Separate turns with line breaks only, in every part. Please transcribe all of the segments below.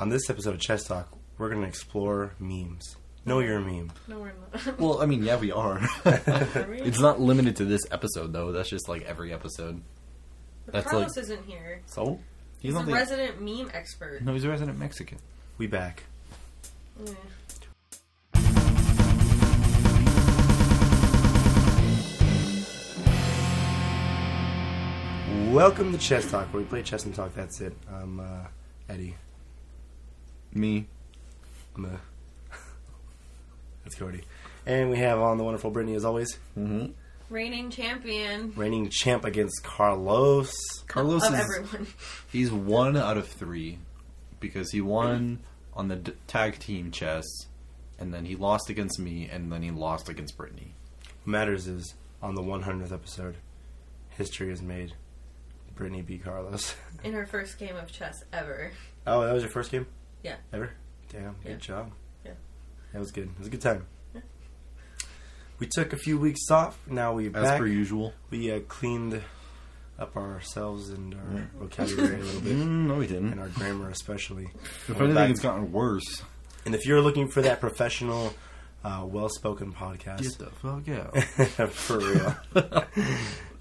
On this episode of Chess Talk, we're going to explore memes. Know your meme.
No, we're not.
Well, I mean, yeah, we are.
Are we?
it's not limited to this episode though. That's just like every episode.
But
that's
Carlos
like-
isn't here.
So
He's, a resident meme expert.
no, he's a resident Mexican.
We back.
Yeah.
Welcome to Chess Talk, where we play chess and talk. That's it. I'm uh, Eddie.
Me.
I'm, uh, that's Cody. And we have on the wonderful Brittany, as always,
Mm-hmm.
Reigning champion
reigning champ against Carlos.
Carlos
of
is
everyone.
he's one out of three because he won on the d- tag team chess, and then he lost against me, and then he lost against Brittany.
What matters is on the 100th episode, history is made. Brittany beat Carlos.
In her first game of chess ever.
Oh, that was your first game?
Yeah.
Ever? Damn, good
Yeah.
job.
Yeah.
That was good. It was a good time. We took a few weeks off. Now we're
As
back.
per usual.
We uh, cleaned up ourselves and our vocabulary a little bit,
Mm, no, he
and
didn't.
our grammar especially.
If
We're back.
anything, it's gotten worse.
And if you're looking for that professional, uh, well-spoken podcast,
Get the fuck out.
for real.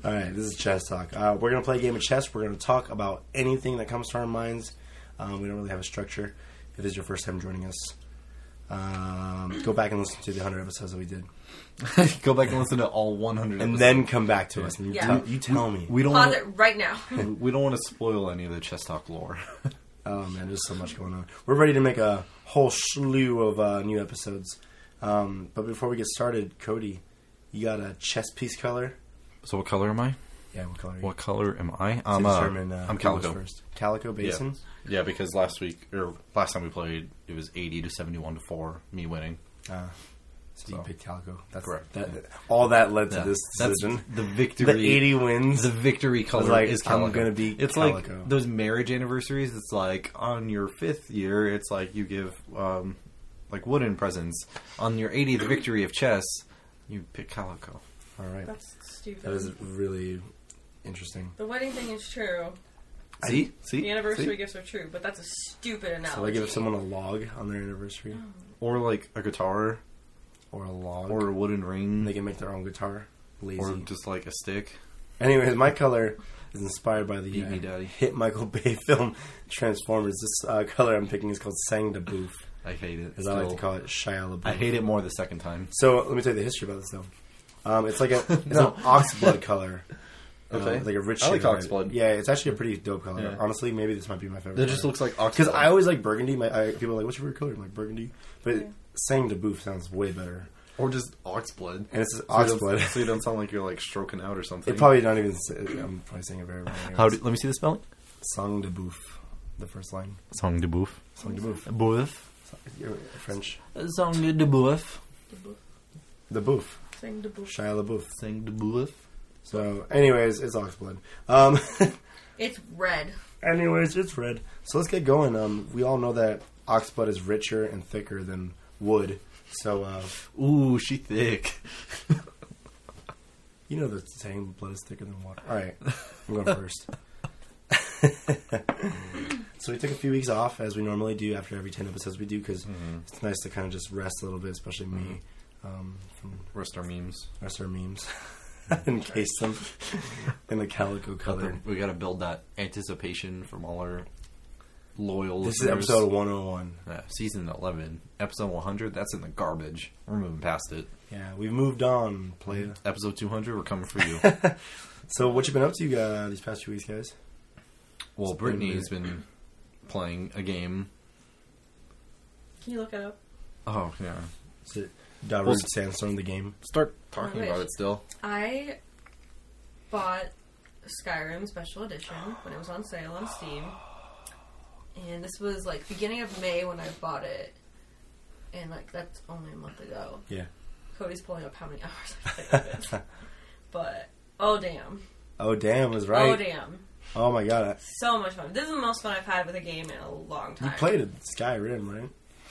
All right, this is chess talk. Uh, we're gonna play a game of chess. We're gonna talk about anything that comes to our minds. Um, we don't really have a structure. If it is your first time joining us, um, go back and listen to the hundred episodes that we did,
Go back and listen to all 100.
and
episodes.
then come back to us and you,
Yeah.
tell, you tell me.
we don't.
Pause
Wanna,
it right now.
we don't want to spoil any of the chess talk lore.
Oh man, there's so much going on. We're ready to make a whole slew of uh, new episodes. Um, but before we get started, Cody, you got a chess piece color?
so, what color am I?
Yeah, what color? Are you?
What color am I?
To
I'm uh,
determine, uh,
I'm
who goes
calico.
First. Calico Basin.
Yeah, because last week or last time we played, it was 80 to 71 to four, me winning.
Uh, so, you
So.
picked Calico. That's
Correct.
That, All that led to
Yeah,
this
that's
decision.
the victory.
The 80 wins.
The victory color
like,
is
I'm
calico.
gonna be
It's
calico.
like those marriage anniversaries. It's like on your fifth year, it's like you give um, like wooden presents. On your 80th victory of chess, you pick calico.
All right.
That's stupid.
That was really interesting.
the wedding thing is true.
See, see,
The anniversary
See?
gifts are true, but that's a stupid analogy.
So I give someone a log on their anniversary
or like a guitar,
or a log.
or a wooden ring,
they can make their own guitar. Lazy.
or just like a stick.
Anyways, my color is inspired by the
Beat
uh,
me, Daddy.
hit Michael Bay film Transformers. This uh, color I'm picking is called Sang de Bouf,
I hate it.
as I like to
Still.
call it, Shia LaBeouf.
I hate it more the second time.
So let me tell you the history about this though. Um, it's like a it's
No.
an ox blood color. Uh,
Okay.
like a rich.
I like
shade of
ox
red.
blood.
Yeah, it's actually a pretty dope color.
Yeah.
Honestly, maybe this might be my favorite.
That just looks like ox.
because I
blood.
always like burgundy. My I, people are like, "What's your favorite color?" I'm like burgundy, but Sang de Bouf sounds way better.
or just ox blood.
And it's just
So you
ox
don't-
blood.
so you don't sound like you're like stroking out or something.
It probably not even. say- I'm probably saying it very wrong.
How do, let me see the spelling.
Sang de Bouf, the first line.
Song de bouffe.
Sang de Bouf,
Bouffe.
French.
Song de bouffe.
The Bouf,
Thing to boo-
Shia LaBeouf.
Sing de bouffe.
So, anyways, it's ox blood. Um,
It's red.
anyways, it's red. So let's get going. Um, we all know that ox blood is richer and thicker than wood. So, uh,
Ooh, she thick.
you know the saying, blood is thicker than water. All right, I'm going first. so we took a few weeks off, as we normally do after every 10 episodes we do, because it's nice to kind of just rest a little bit, especially me, um, from
Rest our memes.
rest our memes. Encase them in the calico color.
We gotta build that anticipation from all our loyal.
This is
listeners.
episode 101.
Yeah, season eleven, episode one hundred. That's in the garbage. We're moving past it.
Yeah, we've moved on, playa.
Episode two hundred, we're coming for you.
So, what you been up to uh, these past few weeks, guys?
well, Brittany's been playing a game.
Can you look it up?
Oh yeah.
Is it Darude
Well,
Sandstorm the game?
Start
Oh,
talking
wait.
about it still.
I bought Skyrim Special Edition when it was on sale on Steam. And this was like beginning of May when I bought it. And like that's only a month ago.
Yeah.
Cody's pulling up how many hours I played with it. But oh damn.
Oh damn, is
Oh
right.
damn.
Oh, my god,
So much fun. This is the most fun I've had with a game in a long
I,
time.
you played it, Skyrim, right?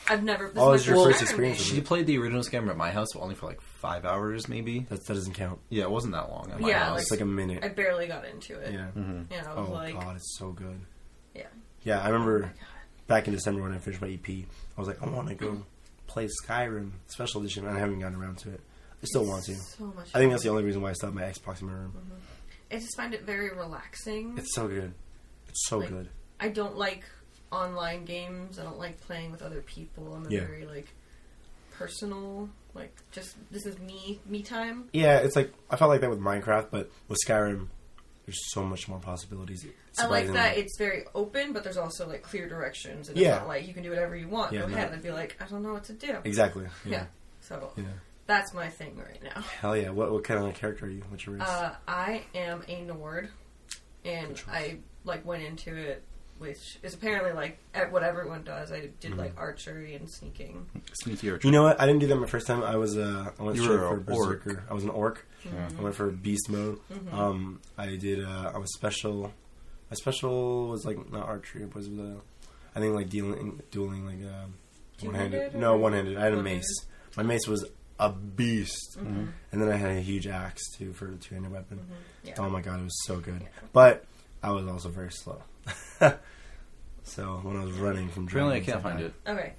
I've never this
Oh,
is
it's
my
your
first
first
Skyrim game.
experience with
She played the original scam at my house only for like five hours, maybe.
That that doesn't count.
Yeah, it wasn't that long at my
Yeah,
house.
It's like a minute.
I barely got into it.
yeah.
And I was
Oh
like
god, it's so good.
Yeah.
Yeah, I remember back in December when I finished my EP, I was like, I want to go play Skyrim Special Edition, and I haven't gotten around to it. I still want to.
So much.
I think that's the only reason why I stopped my Xbox in my room.
Mm-hmm. I just find it very relaxing.
It's so good. It's so
Like-
good.
I don't like online games. I don't like playing with other people. I'm a
Yeah.
very like personal. Like just this is me me time.
Yeah, it's like I felt like that with Minecraft, but with Skyrim, there's so much more possibilities.
I like
surprisingly.
that it's very open, but there's also like clear directions, and
Yeah.
it's not like you can do whatever you want.
Yeah,
Go
no.
ahead and be like, I don't know what to do.
Exactly.
Yeah.
Yeah.
So
yeah.
that's my thing right now.
Hell yeah. What what kind of character are you? What's your race?
Uh, I am a Nord,
Good
and
choice.
I like went into it, which is apparently like at what everyone does. I did
Mm-hmm.
like archery and sneaking.
Sneaky Archer.
you know what? I didn't do that my first time. I was uh, I went
You
straight
were
for
a orc.
berserker. I was an orc.
Mm-hmm.
I went for beast mode. Um, I did. Uh, I was special. My special was like not archery. It was uh, I think like dealing, dueling like uh, one handed.
Two-handed or-
No, one handed. I had a
One-handed.
mace. My mace was a beast,
Mm-hmm.
and then I had a huge axe too for a two handed weapon.
Yeah.
Oh my god, it was so good. But I was also very slow. so when I was running from
Apparently, I
dragons,
can't find
died.
it.
Okay.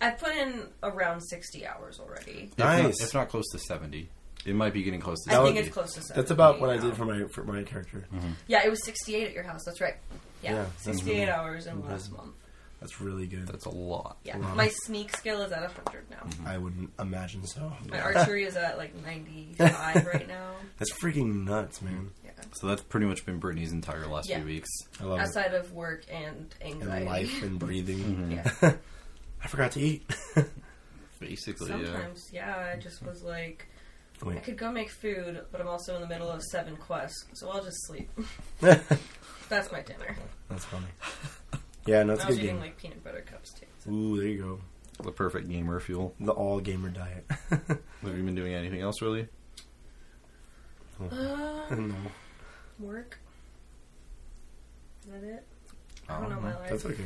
I put in around 60 hours already.
If not-
Nice.
If not close to 70. It might be getting close to
That
I
70.
think it's close to 70.
That's about what I
now.
did for my for my character.
Yeah, it was 68 at your house. That's right. Yeah,
Yeah, that's
68
really-
hours in last
impressive.
month.
That's really good.
That's a lot.
Yeah.
Wow.
My sneak skill is at 100 now.
I wouldn't imagine so.
My archery is at like 95 right now.
That's freaking nuts, man.
Yeah.
So that's pretty much been Brittany's entire last
Yeah.
few weeks.
I love it.
Outside of work and anxiety.
And life and breathing.
Mm-hmm.
Yeah.
I forgot to eat.
Basically, yeah.
Sometimes, yeah, I just was like, I
Wait.
could go make food, but I'm also in the middle of seven quests, so I'll just sleep.
That's
That's my dinner.
funny. Yeah, no, it's
I
a
was
good
eating
game.
like peanut butter cups too.
Ooh, there you go.
The perfect gamer fuel.
The all gamer diet.
Have you been doing anything else really?
Uh,
no,
work. Is that it? I
Um,
don't know my life.
that's okay.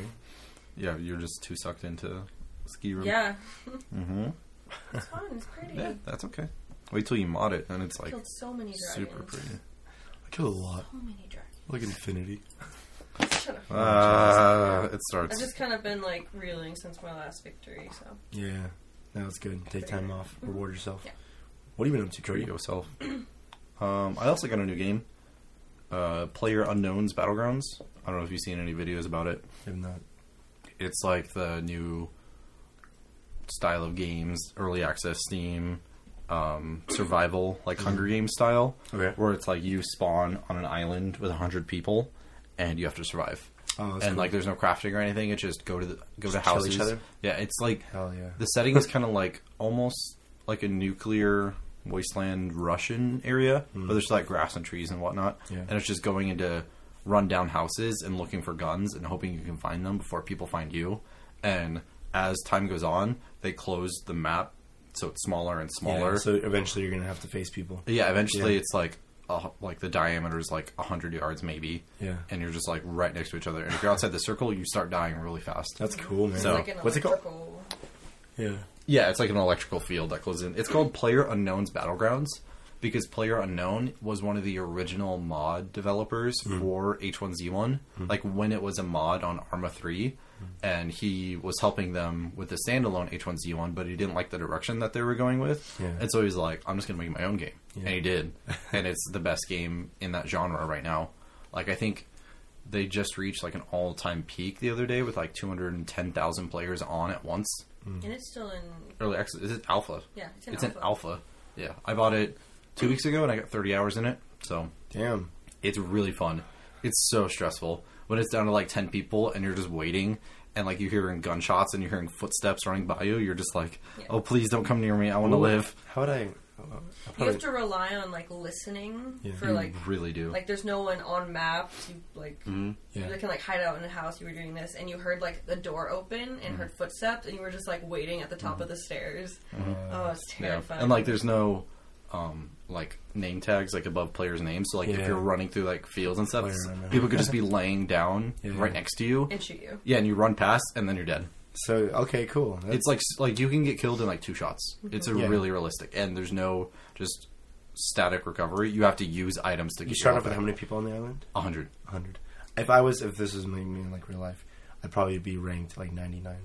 Yeah, you're just too sucked into ski room.
Yeah,
Mm-hmm.
it's fun. It's pretty.
Yeah, that's okay. Wait till you mod it, and it's like
Killed so many dragons.
super pretty.
I killed a lot.
So many dragons.
Like infinity.
Shut up.
Uh, it
I've
starts.
just kind of been like reeling since my last victory, so
Yeah, no, it's good. Take time off. Reward yourself.
Yeah.
What have you been up to,
Treat
Cody?
yourself. um, I also got a new game, uh, Player Unknown's Battlegrounds. I don't know if you've seen any videos about it.
If not,
It's like the new style of games, early access Steam, um, survival, like Hunger Games style,
Mm-hmm. Okay.
where it's like you spawn on an island with hundred people, and you have to survive.
Oh, that's cool.
and like, there's no crafting or anything. It's just go to the, go to
kill
houses.
each other?
Yeah, it's like
hell yeah.
the setting is kind of like almost like a nuclear wasteland Russian area, but there's like grass and trees and whatnot.
Hmm. Yeah.
And it's just going into rundown houses and looking for guns and hoping you can find them before people find you. And as time goes on, they close the map so it's smaller and smaller.
Yeah, so eventually you're gonna have to face people.
Yeah, eventually
Yeah.
it's like a, hu- like the diameter is like hundred yards maybe.
Yeah.
and you're just like right next to each other. And if you're outside the circle, you start dying really fast.
That's cool, man.
it's
So-
like an
Oh, what's it called?
electrical-
Yeah.
Yeah, it's like an electrical field that goes in. It's called Player Unknown's Battlegrounds because Player Unknown was one of the original mod developers
Hmm.
for H1Z1, like when it was a mod on Arma 3, and he was helping them with the standalone H1Z1, but he didn't like the direction that they were going with.
Yeah.
And so he's like, I'm just going to make my own game.
Yeah.
And he did. and it's the best game in that genre right now. Like, I think they just reached like an all-time peak the other day with like 210,000 players on at once
and it's still in.
early access. Is it alpha?
Yeah, it's in
It's
alpha.
an alpha. Yeah, I bought it two weeks ago and I got 30 hours in it. So
Damn.
it's really fun. It's so stressful when it's down to like 10 people and you're just waiting and like you're hearing gunshots and you're hearing footsteps running by you. You're just like,
Yeah.
oh please don't come near me. I want to
Ooh,
live.
How would I? uh, I
You
probably-
have to rely on like listening
Yeah.
for
You
like
really do.
like there's no one on map to like
Yeah.
you can like hide out in a house you were doing this and you heard like the door open and heard footsteps and you were just like waiting at the top of the stairs oh it's
yeah.
terrifying
And like there's no um like name tags like above players' names. So like
Yeah.
if you're running through like fields and stuff,
Player unknown.
people could just be laying down
Yeah.
right next to you.
and shoot you
Yeah, and you run past and then you're dead.
So okay, cool. That's,
It's like like you can get killed in like two shots. It's a
Yeah.
really realistic, and there's no just static recovery. You have to use items to get
you start off with how many people on the island?
hundred.
hundred. If I was, if this was me, me in like real life, I'd probably be ranked like 99.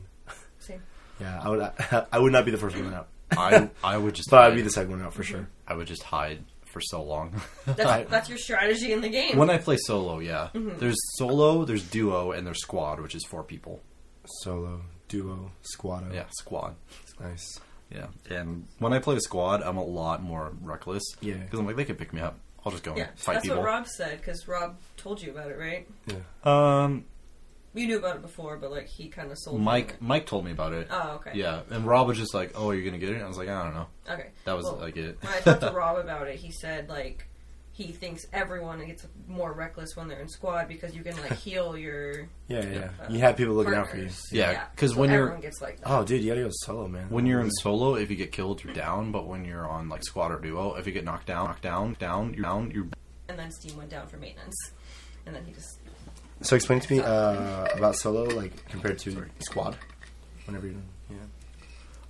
Same.
Yeah, I would. I would not be the first one out,
I I would just
but I'd
hide.
be the second one out for sure.
I would just hide for so long.
That's, that's your strategy in the game.
when I play solo, yeah.
Mm-hmm.
There's solo, there's duo, and there's squad, which is four people.
Solo, duo, squado.
Yeah, squad.
nice.
Yeah, and when I play a squad, I'm a lot more reckless.
Yeah.
because I'm like they can pick me up. I'll just go
yeah,
and fight
that's
people.
what Rob said because Rob told you about it, right?
Yeah.
um,
You knew about it before, but like he kind of sold you on
Mike
it.
Mike told me about it.
Oh, okay.
Yeah, and Rob was just like, "Oh, you're gonna get it." And I was like, "I don't know."
Okay.
That was
Well,
like it.
when I talked to Rob about it, he said like he thinks everyone gets more reckless when they're in squad because you can like heal your
Yeah, yeah.
Uh,
you have people looking out for you.
partners.
Yeah, 'cause
so
when you're- Uh,
everyone gets like that.
Oh, dude, you gotta go solo, man.
When you're in solo, if you get killed, you're down. But when you're on like squad or duo, if you get knocked down, knocked down, down, you're down. You're
and then Steam went down for maintenance, and then he just
so explain to me uh, about solo, like compared to squad. Whenever you're, yeah.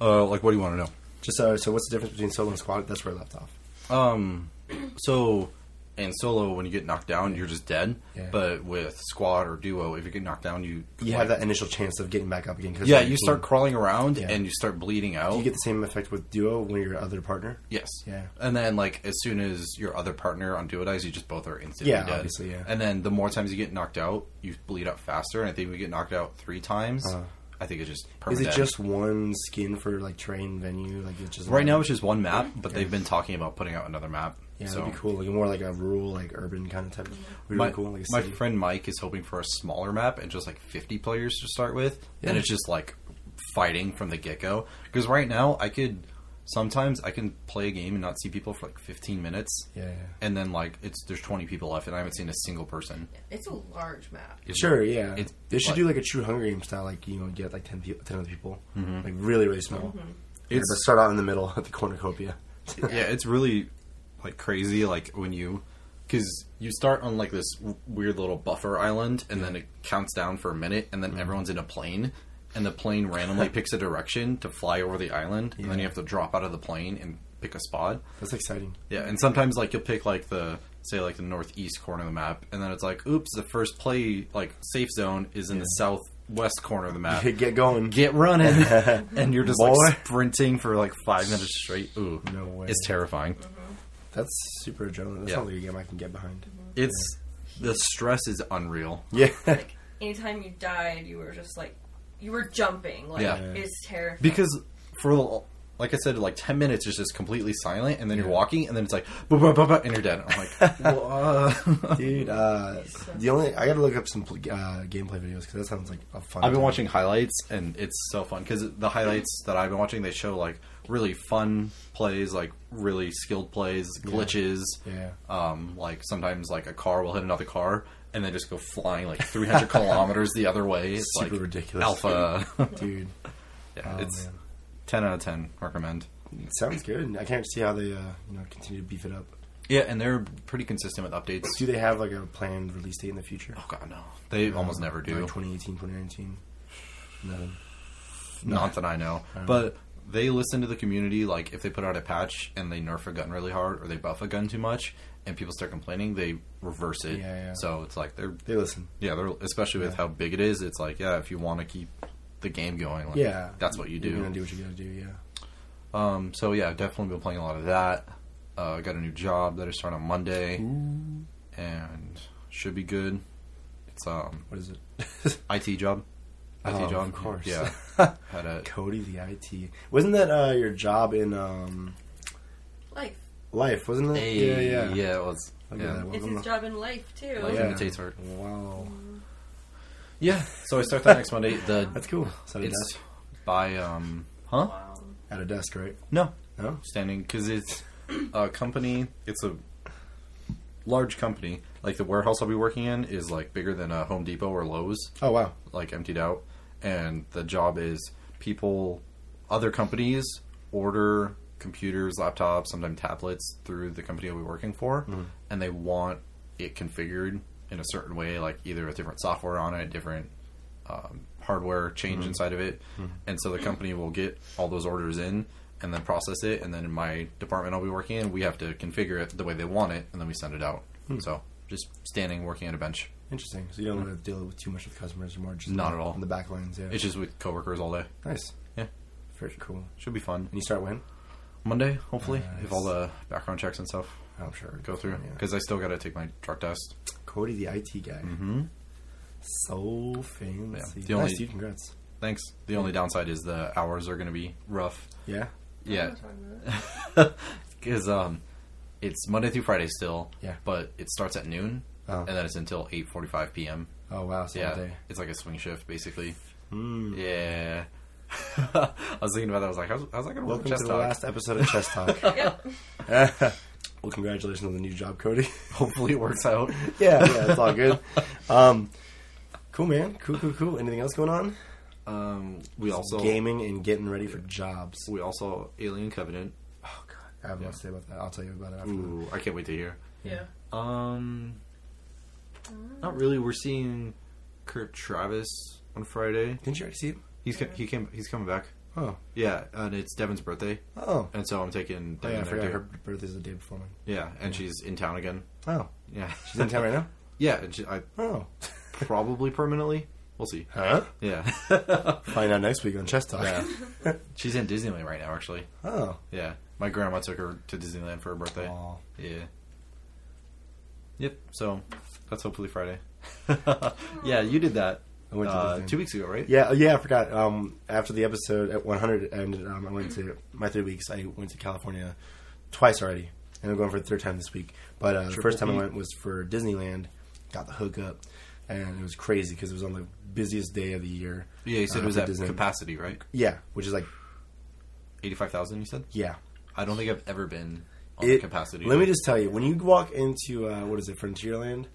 uh, like, what do you want to know?
Just uh, so, what's the difference between solo and squad? That's where I left off.
Um, so in solo, when you get knocked down, you're just dead.
Yeah.
But with squad or duo, if you get knocked down, you
You have that initial chance of getting back up again. Cause
Yeah,
you're
you start
team.
crawling around
Yeah.
and you start bleeding out.
You get the same effect with duo when you're your other partner.
yes.
Yeah.
And then, like, as soon as your other partner on duo dies, you just both are instantly
Yeah,
dead.
obviously, yeah.
And then the more times you get knocked out, you bleed out faster. And I think we get knocked out three times.
Uh-huh.
I think it's just
Is
permanent.
it just one skin for like train venue? Like it's just
right now? It's just one map, but they've been talking about putting out another map.
yeah,
so
that'd be cool. Like more like a rural, like urban kind of type. Would be
My,
really cool. Like a
my
city.
friend Mike is hoping for a smaller map and just like 50 players to start with. And
Yeah.
it's just like fighting from the get go. Because right now, I could sometimes I can play a game and not see people for like 15 minutes.
Yeah, yeah.
And then like it's there's 20 people left and I haven't seen a single person.
it's a large map.
It's-
Sure, yeah.
It's-
they should
like-
do like a true Hunger Games style, like you know, get like 10, people, 10 other people, like really, really small. It's,
Mm-hmm. It's-
but start out in the middle at the cornucopia.
yeah, it's really like crazy. Like when you, because you start on like this w- weird little buffer island, and then it counts down for a minute, and then everyone's in a plane, and the plane randomly picks a direction to fly over the island, and then you have to drop out of the plane and pick a spot.
That's exciting.
Yeah, and sometimes like you'll pick like the say like the northeast corner of the map, and then it's like, oops, the first play like safe zone is in the southwest corner of the map.
Get going.
Get running, and you're just
Boy.
like sprinting for like five minutes straight. Ooh,
No way.
it's terrifying.
That's super adrenaline. That's
Yeah.
not like a game I can get behind.
It's the stress is unreal.
Yeah,
Like anytime you died, you were just like you were jumping. Like
Yeah.
it's terrifying.
Because for the- like I said, like ten minutes is just completely silent, and then you're walking, and then it's like "Buh, buh, buh, buh," and you're dead. I'm like, "Whoa."
dude. Uh, the only I gotta look up some pl- uh, gameplay videos because that sounds like a fun.
I've been
time.
watching highlights, and it's so fun because the highlights that I've been watching they show like really fun plays, like really skilled plays, glitches.
Yeah.
Um, like sometimes like a car will hit another car. And they just go flying like 300 kilometers the other way. It's
Super
like
ridiculous.
Alpha.
dude.
yeah,
Oh,
it's
man.
10 out of 10. Recommend.
It sounds good. I can't see how they uh, you know continue to beef it up.
Yeah, and they're pretty consistent with updates.
Do they have like a planned release date in the future?
Oh god, no. They almost never do.
Like 2018, 2019. No.
Not that I know. But they listen to the community. Like if they put out a patch and they nerf a gun really hard or they buff a gun too much and people start complaining, they reverse it.
Yeah, yeah.
So it's like they're
They listen.
yeah, they're especially with how big it is. It's like yeah, if you want to keep the game going, like,
Yeah.
that's what you
You're
do.
gonna do what you gotta do. Yeah.
Um, so yeah, definitely been playing a lot of that. Uh, I got a new job that I start on Monday, and should be good. It's um
What is it?
IT job. IT
Oh,
job,
of course.
Yeah, had a
Cody the IT. Wasn't that uh, your job in um,
life.
Life? Wasn't it?
Hey,
yeah, yeah.
it was.
Look at
Yeah.
that.
It's his job in life too.
Life
Yeah.
imitates art.
Wow,
Yeah. So I start that next Monday. The
that's cool. It's at a
it's
desk.
by um huh
Wow.
At a desk, right?
no
No.
standing because it's a company. It's a large company. Like the warehouse I'll be working in is like bigger than a Home Depot or Lowe's.
Oh wow.
Like emptied out, and the job is people, other companies order computers, laptops, sometimes tablets through the company I'll be working for, and they want it configured in a certain way, like either a different software on it, different um, hardware change inside of it. And so the company will get all those orders in and then process it. And then in my department I'll be working in, we have to configure it the way they want it and then we send it out. So just standing working on a bench.
Interesting. So you don't want to deal with too much with customers. You're more just
Not at all.
on the back lines. Yeah.
It's just with coworkers all day.
nice.
Yeah,
Very cool. And
should be fun.
you start when?
Monday, hopefully,
Nice.
if all the background checks and stuff
I'm sure.
go through,
Yeah.
because I still got to take my drug test.
Cody, the IT guy. Mm-hmm. So fancy.
The only-
Nice, dude. Congrats.
Thanks. The only downside is the hours are going to be rough.
Yeah.
Yeah, because um, it's Monday through Friday still.
Yeah.
but it starts at noon,
Oh.
and then it's until eight forty-five p.m.
Oh wow. So
Yeah,
all day.
it's like a Hmm. swing shift basically.
Mm.
Yeah. I was thinking about that. I was like, how's, how's that going to work?
Welcome
Chest
to the
talk?
last episode of Chess Talk.
Yep.
well, congratulations on the new job, Cody.
Hopefully, it works out.
yeah, yeah, it's all good. Um, cool, man. Cool, cool, cool. Anything else going on?
Um, we also Oh,
gaming and getting ready for jobs.
we also Alien Covenant.
Oh god, I have a lot to say about that. I'll tell you about it after.
Ooh, I can't wait to hear.
Yeah.
Um, not really. We're seeing Kurt Travis on Friday.
Didn't you already see it?
He's ca- he came he's coming back.
Oh,
Yeah, and it's Devin's birthday,
oh.
and so I'm taking
Oh, yeah, I
Devin there
forgot
too.
her birthday's the day before mine.
Yeah, and she's in town again.
Oh,
Yeah,
she's in town right now.
Yeah, and she, I
Oh,
probably permanently. We'll see.
huh?
Yeah,
Find out next week on Chess Talk.
yeah. She's in Disneyland right now, actually.
Oh,
Yeah, my grandma took her to Disneyland for her birthday.
Aw.
Yeah. Yep. So that's hopefully Friday. yeah, you did that
I went to
uh,
Disney.
two weeks ago, right?
Yeah, oh, yeah, I forgot. Um, after the episode at 100 ended, um, I went to my three weeks. I went to California twice already, and I'm going for the third time this week. But uh, the
Triple
first time I
P.
went was for Disneyland. Got the hookup, and it was crazy because it was on the busiest day of the year.
Yeah, you said
uh,
it was
for
at
Disney.
capacity, right?
Yeah, which is like
Eighty-five thousand. You said.
yeah.
I don't think I've ever been on
It-
the capacity.
Let me just tell you, when you walk into uh, what is it, Frontierland?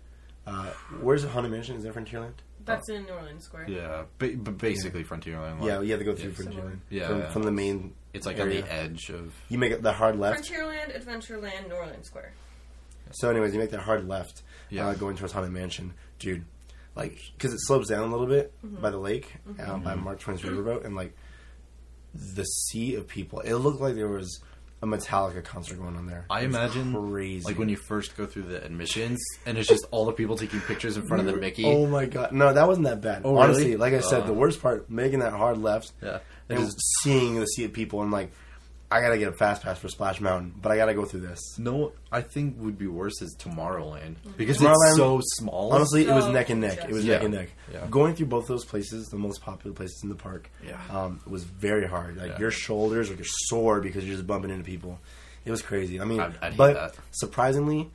Uh, where's the Haunted Mansion? Is that Frontierland?
That's in New Orleans Square.
Yeah, but, but basically Frontierland. Like,
yeah, you have to go through
yeah.
Frontierland.
Yeah,
from,
yeah.
from the main.
It's like
area.
on the edge of.
You make it the hard left.
Frontierland, Adventureland, New Orleans Square.
So, anyways, you make that hard left,
Yeah.
uh, going towards Haunted Mansion, dude. Like, because it slopes down a little bit by the lake, uh, by
Mm-hmm.
Mark Twain's riverboat, and like the sea of people. It looked like there was a Metallica concert going on there.
I
It was
imagine,
crazy,
like when you first go through the admissions, and it's just all the people taking pictures in front of the Mickey.
Oh my god, no, that wasn't that bad.
Oh, really?
Honestly, like I said,
Uh.
the worst part making that hard left,
Yeah.
and
It
just seeing the sea of people, and like, I gotta get a fast pass for Splash Mountain, but I gotta go through this.
No, I think would be worse is Tomorrowland because
Tomorrowland-
it's so small.
Honestly, it was
So
neck and neck. It was
Yeah.
neck and neck.
Yeah.
Going through both those places, the most popular places in the park,
Yeah.
um, was very hard. Like
Yeah.
your shoulders, like you're sore because you're just bumping into people. It was crazy. I mean,
I'd- I'd hate
but
that.
surprisingly,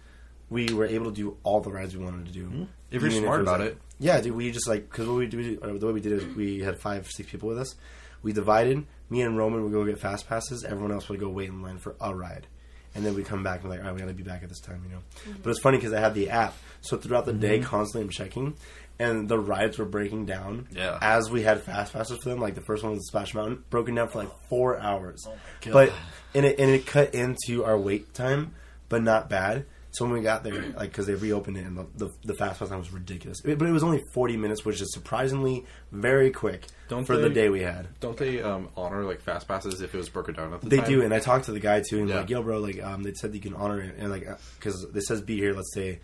we were able to do all the rides we wanted to do.
Mm-hmm. If you're
Even
smart
was,
about
like-
it.
yeah, dude. We just like because what we do, or the way we did it, we had five, six people with us. We divided. Me and Roman would go get fast passes. Everyone else would go wait in line for a ride, and then we come back and we're like, all right, we gotta be back at this time, you know. But it's funny because I had the app, so throughout the day, constantly I'm checking, and the rides were breaking down.
Yeah.
As we had fast passes for them, like the first one was Splash Mountain, broken down for like four hours.
Oh God.
But and it and it cut into our wait time, but not bad. So when we got there, like because they reopened it, and the the, the fast pass time was ridiculous. It- but it was only forty minutes, which is surprisingly very quick
Don't
for the
they-
day we had.
Don't they um, honor like fast passes if it was broken down at the
They
time?
do, and I talked to the guy too, and
Yeah.
like, yo, bro, like, um, they said that you can honor it, and like, because it says be here, let's say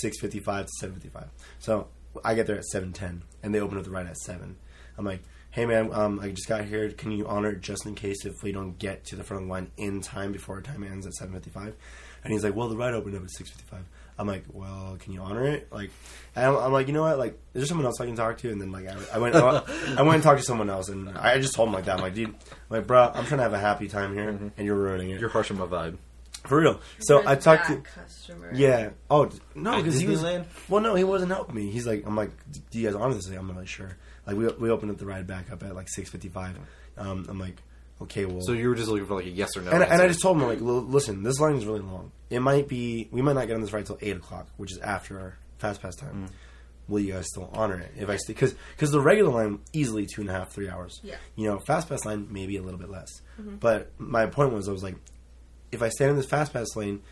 six fifty five to seven fifty five. So I get there at seven ten, and they open up the ride at seven. I'm like, hey man, um, I just got here. Can you honor it just in case if we don't get to the front of the line in time before our time ends at seven fifty five? And he's like, well, the ride opened up at six fifty five. I'm like, well, can you honor it? Like, and I'm, I'm like, you know what? Like, is there someone else I can talk to? And then like, I, I went, I went and talked to someone else, and I just told him like that. I'm like, dude, I'm like, bro, I'm trying to have a happy time here, and you're ruining it
You're harshing my vibe.
for real. So I talked to,
That customer.
yeah. Oh d- no,
At
because he was.
Disneyland?
Well, no, he wasn't helping me. He's like, I'm like, do you guys honestly? I'm not really sure. Like we we opened up the ride back up at like six fifty five. Um, I'm like, okay, well,
So you were just looking for like a yes or no.
and, and I
answer.
just told him like, "L- listen, this line is really long. It might be we might not get on this ride till eight o'clock, which is after our fast pass time. Will you guys still honor it? If I stay because because the regular line easily two and a half three hours.
Yeah. Mm-hmm.
you know, fast pass line maybe a little bit less. But my point was, I was like, if I stand in this fast pass lane.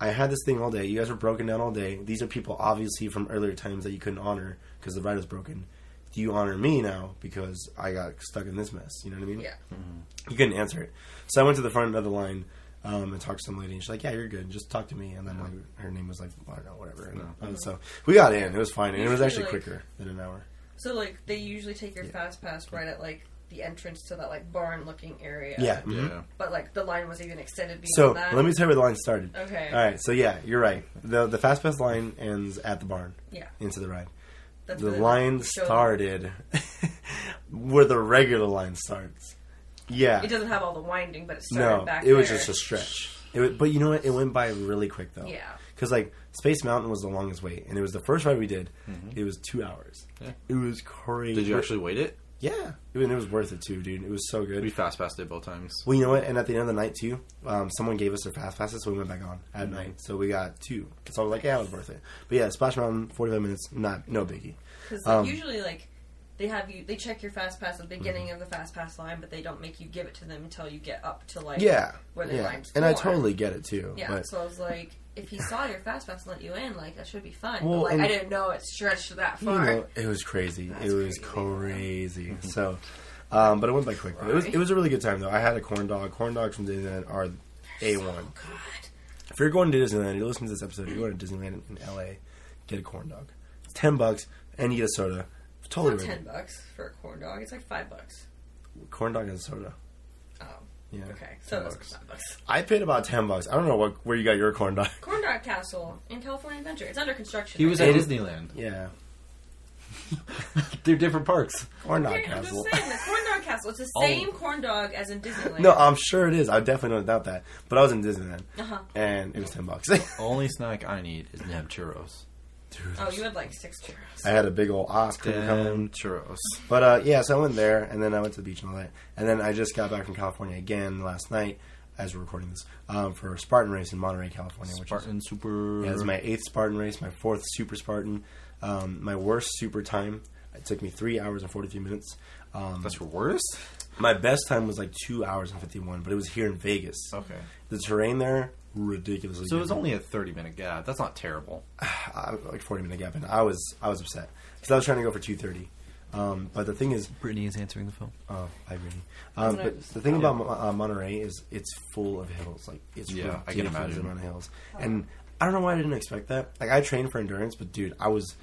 I had this thing all day. You guys were broken down all day. These are people obviously from earlier times that you couldn't honor because the ride was broken. Do you honor me now because I got stuck in this mess? You know what I mean?
Yeah.
He couldn't answer it. So I went to the front of the line um, and talked to some lady, and she's like, "Yeah, you're good. Just talk to me." And then like her name was like I don't know whatever. And, uh, so we got in. It was fine, and it was actually
Usually, like-
quicker than an hour.
So like they usually take your fast pass right at like the entrance to that like barn looking area.
Yeah. mhm.
Yeah.
But like the line was even extended beyond
So
that.
let me tell you where the line started.
Okay.
All right. So yeah, you're right. the The fast pass line ends at the barn
Yeah.
into the ride.
That's
The
where
line
show-
started where the regular line starts. Yeah.
It doesn't have all the winding, but it started
No,
back.
it was
there.
just a stretch. It was, but you know what? It went by really quick though.
Yeah.
Because like Space Mountain was the longest wait, and it was the first ride we did. It was two hours.
Mm-hmm. Yeah.
It was crazy.
Did you actually wait it?
Yeah. It was, it was worth it too, dude. It was so good.
We fast passed it both times.
Well, you know what? And at the end of the night too, um, someone gave us their fast passes, so we went back on at
Mm-hmm.
night. So we got two. So I was like, yeah, it was worth it. But yeah, Splash Mountain, forty-five minutes, not no biggie.
Because
Um,
usually, like, they have you, they check your fast pass at the beginning
mm-hmm.
of the fast pass line, but they don't make you give it to them until you get up to like
Yeah.
where the
Yeah.
line's
And I
formed.
totally get it too.
yeah.
But
So I was like, if he saw your fast pass and let you in, like that should be fun.
Well,
but, like
and-
I didn't know it stretched that
you
far.
know, it was crazy.
That's
it was crazy.
crazy.
So, um, but it went by quick. It was
Right.
it was a really good time though. I had a corn dog. Corn dogs from Disneyland are a one.
Oh, God,
If you're going to Disneyland, you're listening to this episode. You're going to Disneyland in LA, get a corn dog. It's ten bucks and you get a soda. Totally
not
worth
ten
it.
bucks for a corn dog. It's like five bucks.
Corn dog and soda.
Oh,
Yeah.
okay. So it was
bucks.
five bucks.
I paid about ten bucks. I don't know what where you got your corn dog.
Corn dog castle in California Adventure. It's under construction.
He was
right
at
It-
Disneyland.
Yeah,
They're different parks.
corn
now.
dog
Okay, I'm just
castle.
saying, the corn dog castle. It's the
Oh.
same corn dog as in Disneyland.
no, I'm sure it is. I definitely don't doubt that. But I was in Disneyland
Uh-huh.
and it was ten bucks.
Only snack I need is damn churros.
Oh, you had like six churros.
I had a big old Oscar cone.
Damn churros.
But uh, yeah, so I went there, and then I went to the beach and all that, and then I just got back from California again last night, as we're recording this, um, for a Spartan race in Monterey, California.
Spartan
Which
Super.
is, yeah, it was my eighth Spartan race, my fourth Super Spartan, um, my worst Super time. It took me three hours and forty three minutes. Um,
That's your worst?
my best time was like two hours and fifty one, but it was here in Vegas.
Okay.
The terrain there ridiculously.
So it was
good.
only a 30 minute gap. That's not terrible.
I, like forty minute gap, and I was I was upset because I was trying to go for two thirty. Um, but the thing is,
Brittany is answering the phone.
Oh, I really. Um,
Isn't it
but
just-
the thing about Mo- uh, Monterey is it's full of hills. Like it's
Yeah, I can
ridiculous
imagine.
amount of hills. And I don't know why I didn't expect that. Like I trained for endurance, but dude, I was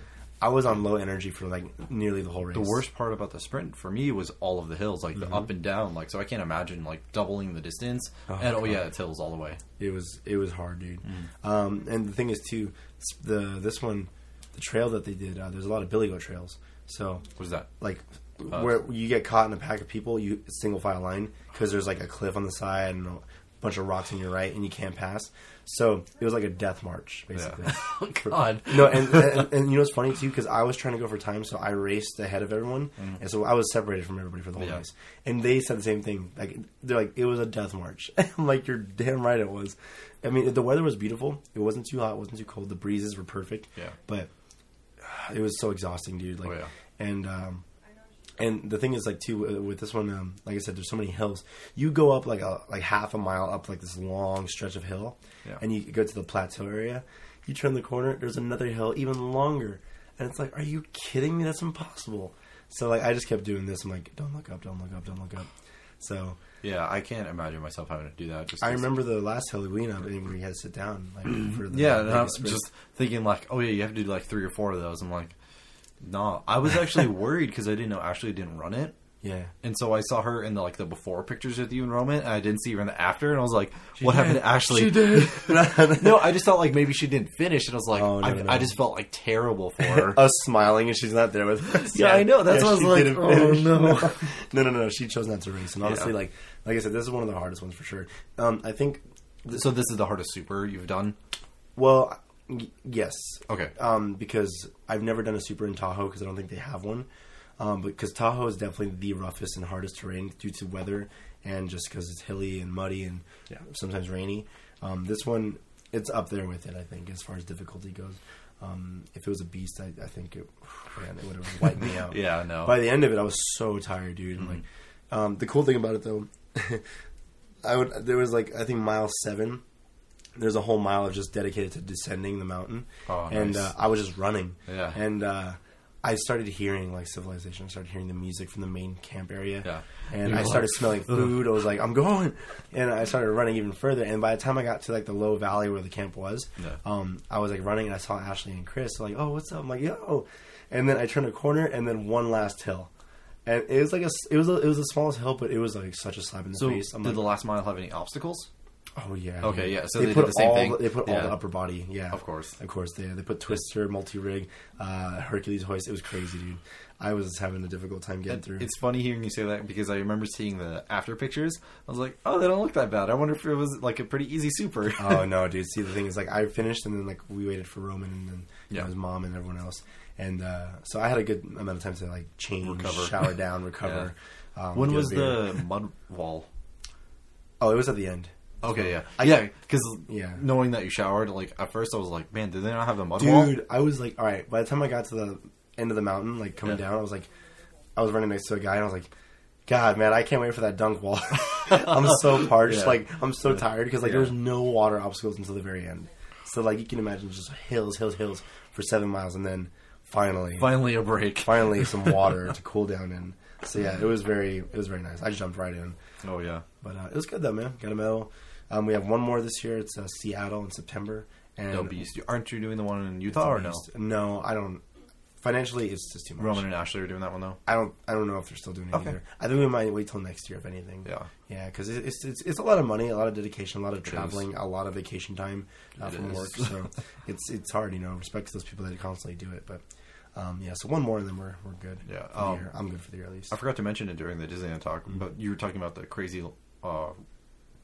I was on low energy for like nearly the whole race.
The worst part about the sprint for me was all of the hills, like the up and down. Like, so I can't imagine like doubling the distance.
Mm-hmm. Oh,
and oh
God.
yeah, it's hills all the way.
It was it was hard, dude.
Mm.
Um, and the thing is too, s- the this one, the trail that they did. Uh, there's a lot of billy goat trails. So
What is that?
like
Uh,
where you get caught in a pack of people, you single file line because there's like a cliff on the side and a bunch of rocks on your right, and you can't pass. So it was like a death march, basically.
Oh, God.
No, and, and and you know what's funny too? Because I was trying to go for time, so I raced ahead of everyone, and so I was separated from everybody for the whole
Mm. Yeah.
race. And they said the same thing. Like they're like, it was a death march. I'm like, you're damn right, it was. I mean, the weather was beautiful. It wasn't too hot. It wasn't too cold. The breezes were perfect.
Yeah.
But ah, it was so exhausting, dude. Like,
Oh, yeah.
and um, and the thing is, like, too, uh, with this one, um, like I said, there's so many hills. You go up like a like half a mile up like this long stretch of hill,
Yeah.
and you go to the plateau area. You turn the corner, there's another hill even longer, and it's like, are you kidding me? That's impossible. So like, I just kept doing this. I'm like, don't look up, don't look up, don't look up. So
Yeah, I can't imagine myself having to do that. Just
I
'cause-
remember the last hill we went up, and we had to sit down. Like, for the
Yeah, and
big
I'm
sprint.
just thinking like, oh yeah, you have to do like three or four of those. I'm like, no, I was actually worried because I didn't know Ashley didn't run it,
yeah.
and so I saw her in the like the before pictures with you in Roman, and I didn't see her in the after, and I was like, what happened to Ashley?
She did.
no, I just felt like maybe she didn't finish, and I was like,
Oh, no,
I,
no.
I just felt like terrible for her.
us smiling and she's not there with us.
Yeah, I know. That's why I was
she
like,
didn't
oh,
finish.
no.
no, no, no. She chose not to race, and honestly,
Yeah.
like, like I said, this is one of the hardest ones for sure. Um, I think.
so this is the hardest super you've done.
Well, y- yes.
Okay.
Um, because I've never done a super in Tahoe because I don't think they have one. Um, because Tahoe is definitely the roughest and hardest terrain due to weather and just because it's hilly and muddy and
Yeah.
sometimes rainy. Um, this one, it's up there with it, I think, as far as difficulty goes. Um, if it was a beast, I, I think it, man, it would have wiped me out.
Yeah, no.
By the end of it, I was so tired, dude. And like, um, the cool thing about it though, I would there was like I think mile seven. There's a whole mile of just dedicated to descending the mountain,
Oh,
and
nice.
uh, I was just running.
Yeah.
And uh, I started hearing like Civilization. I started hearing the music from the main camp area,
Yeah.
and
You
I
were
started smelling food. I was like, "I'm going," and I started running even further. And by the time I got to like the low valley where the camp was,
Yeah.
um, I was like running, and I saw Ashley and Chris. Like, "Oh, what's up?" I'm like, "Yo," and then I turned a corner, and then one last hill, and it was like a s- it was a, it was the smallest hill, but it was like such a slap in the
So
face. I'm
did
like,
the last mile have any obstacles?
Oh yeah.
Okay, yeah, so they
put
did the same
all
thing.
The, they put all
Yeah.
the upper body. Yeah,
Of course.
of course. They they put Twister, multi rig, uh, Hercules hoist. It was crazy, dude. I was having a difficult time getting through.
It's funny hearing you say that because I remember seeing the after pictures. I was like, oh, they don't look that bad. I wonder if it was like a pretty easy super.
oh no, dude. See, the thing is, like, I finished, and then like we waited for Roman and then you know,
Yeah.
his mom and everyone else, and uh, so I had a good amount of time to like change,
Recover.
shower down, recover. Um,
when
get a
was
beer.
the mud wall?
Oh, it was at the end.
Okay, yeah, yeah, because
Yeah.
knowing that you showered, like at first I was like, man, did they not have the mud wall?
Dude, I was like, all right. By the time I got to the end of the mountain, like coming
Yeah.
down, I was like, I was running next to a guy, and I was like, God, man, I can't wait for that dunk wall. I'm so parched,
Yeah.
like I'm so tired because like
Yeah.
there was no water obstacles until the very end. So like you can imagine just hills, hills, hills for seven miles, and then finally,
Finally, a break.
finally some water to cool down in. So yeah, it was very, it was very nice. I jumped right in.
Oh yeah,
But uh, it was good though, man. Got a medal. Um, we have one more this year. It's uh, Seattle in September, and
no beast. Aren't you doing the one in Utah Oh, or no?
no, I don't. Financially, it's just too much.
Roman and Ashley are doing that one though.
I don't. I don't know if they're still doing it
Okay.
either. I think we might wait till next year, if anything.
Yeah.
yeah, because it's, it's it's a lot of money, a lot of dedication, a lot of traveling,
is.
a lot of vacation time uh,
It
from
is.
work. So it's it's hard, you know. Respect to those people that constantly do it, but um, yeah. So one more, and then we're we're good.
Yeah,
for the
um,
year. I'm good for the year at least.
I forgot to mention it during the Disneyland talk,
Mm-hmm.
but you were talking about the crazy uh,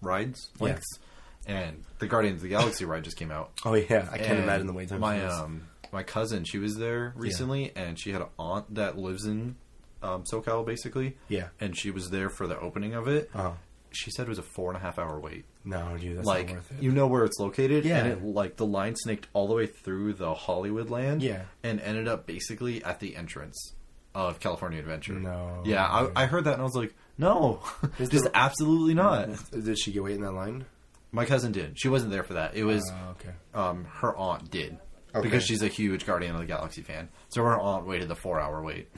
rides,
Yeah.
lengths, and the Guardians of the Galaxy ride just came out.
oh yeah, I can't
And
imagine the wait time.
My
for this.
um, my cousin, she was there recently, and she had an aunt that lives in um, SoCal, basically.
Yeah.
and she was there for the opening of it.
Uh-huh.
She said it was a four and a half hour wait.
no, dude, that's
like
not worth it.
you know where it's located,
Yeah.
and it like the line snaked all the way through the Hollywood land,
Yeah.
and ended up basically at the entrance of California Adventure.
No.
yeah, I, I heard that and I was like, no,
Is
just
there-
absolutely not.
Did she get wait in that line?
My cousin did. She wasn't there for that. It was
Oh, okay.
um, her aunt did
Okay.
because she's a huge Guardian of the Galaxy fan. So her aunt waited the four hour wait.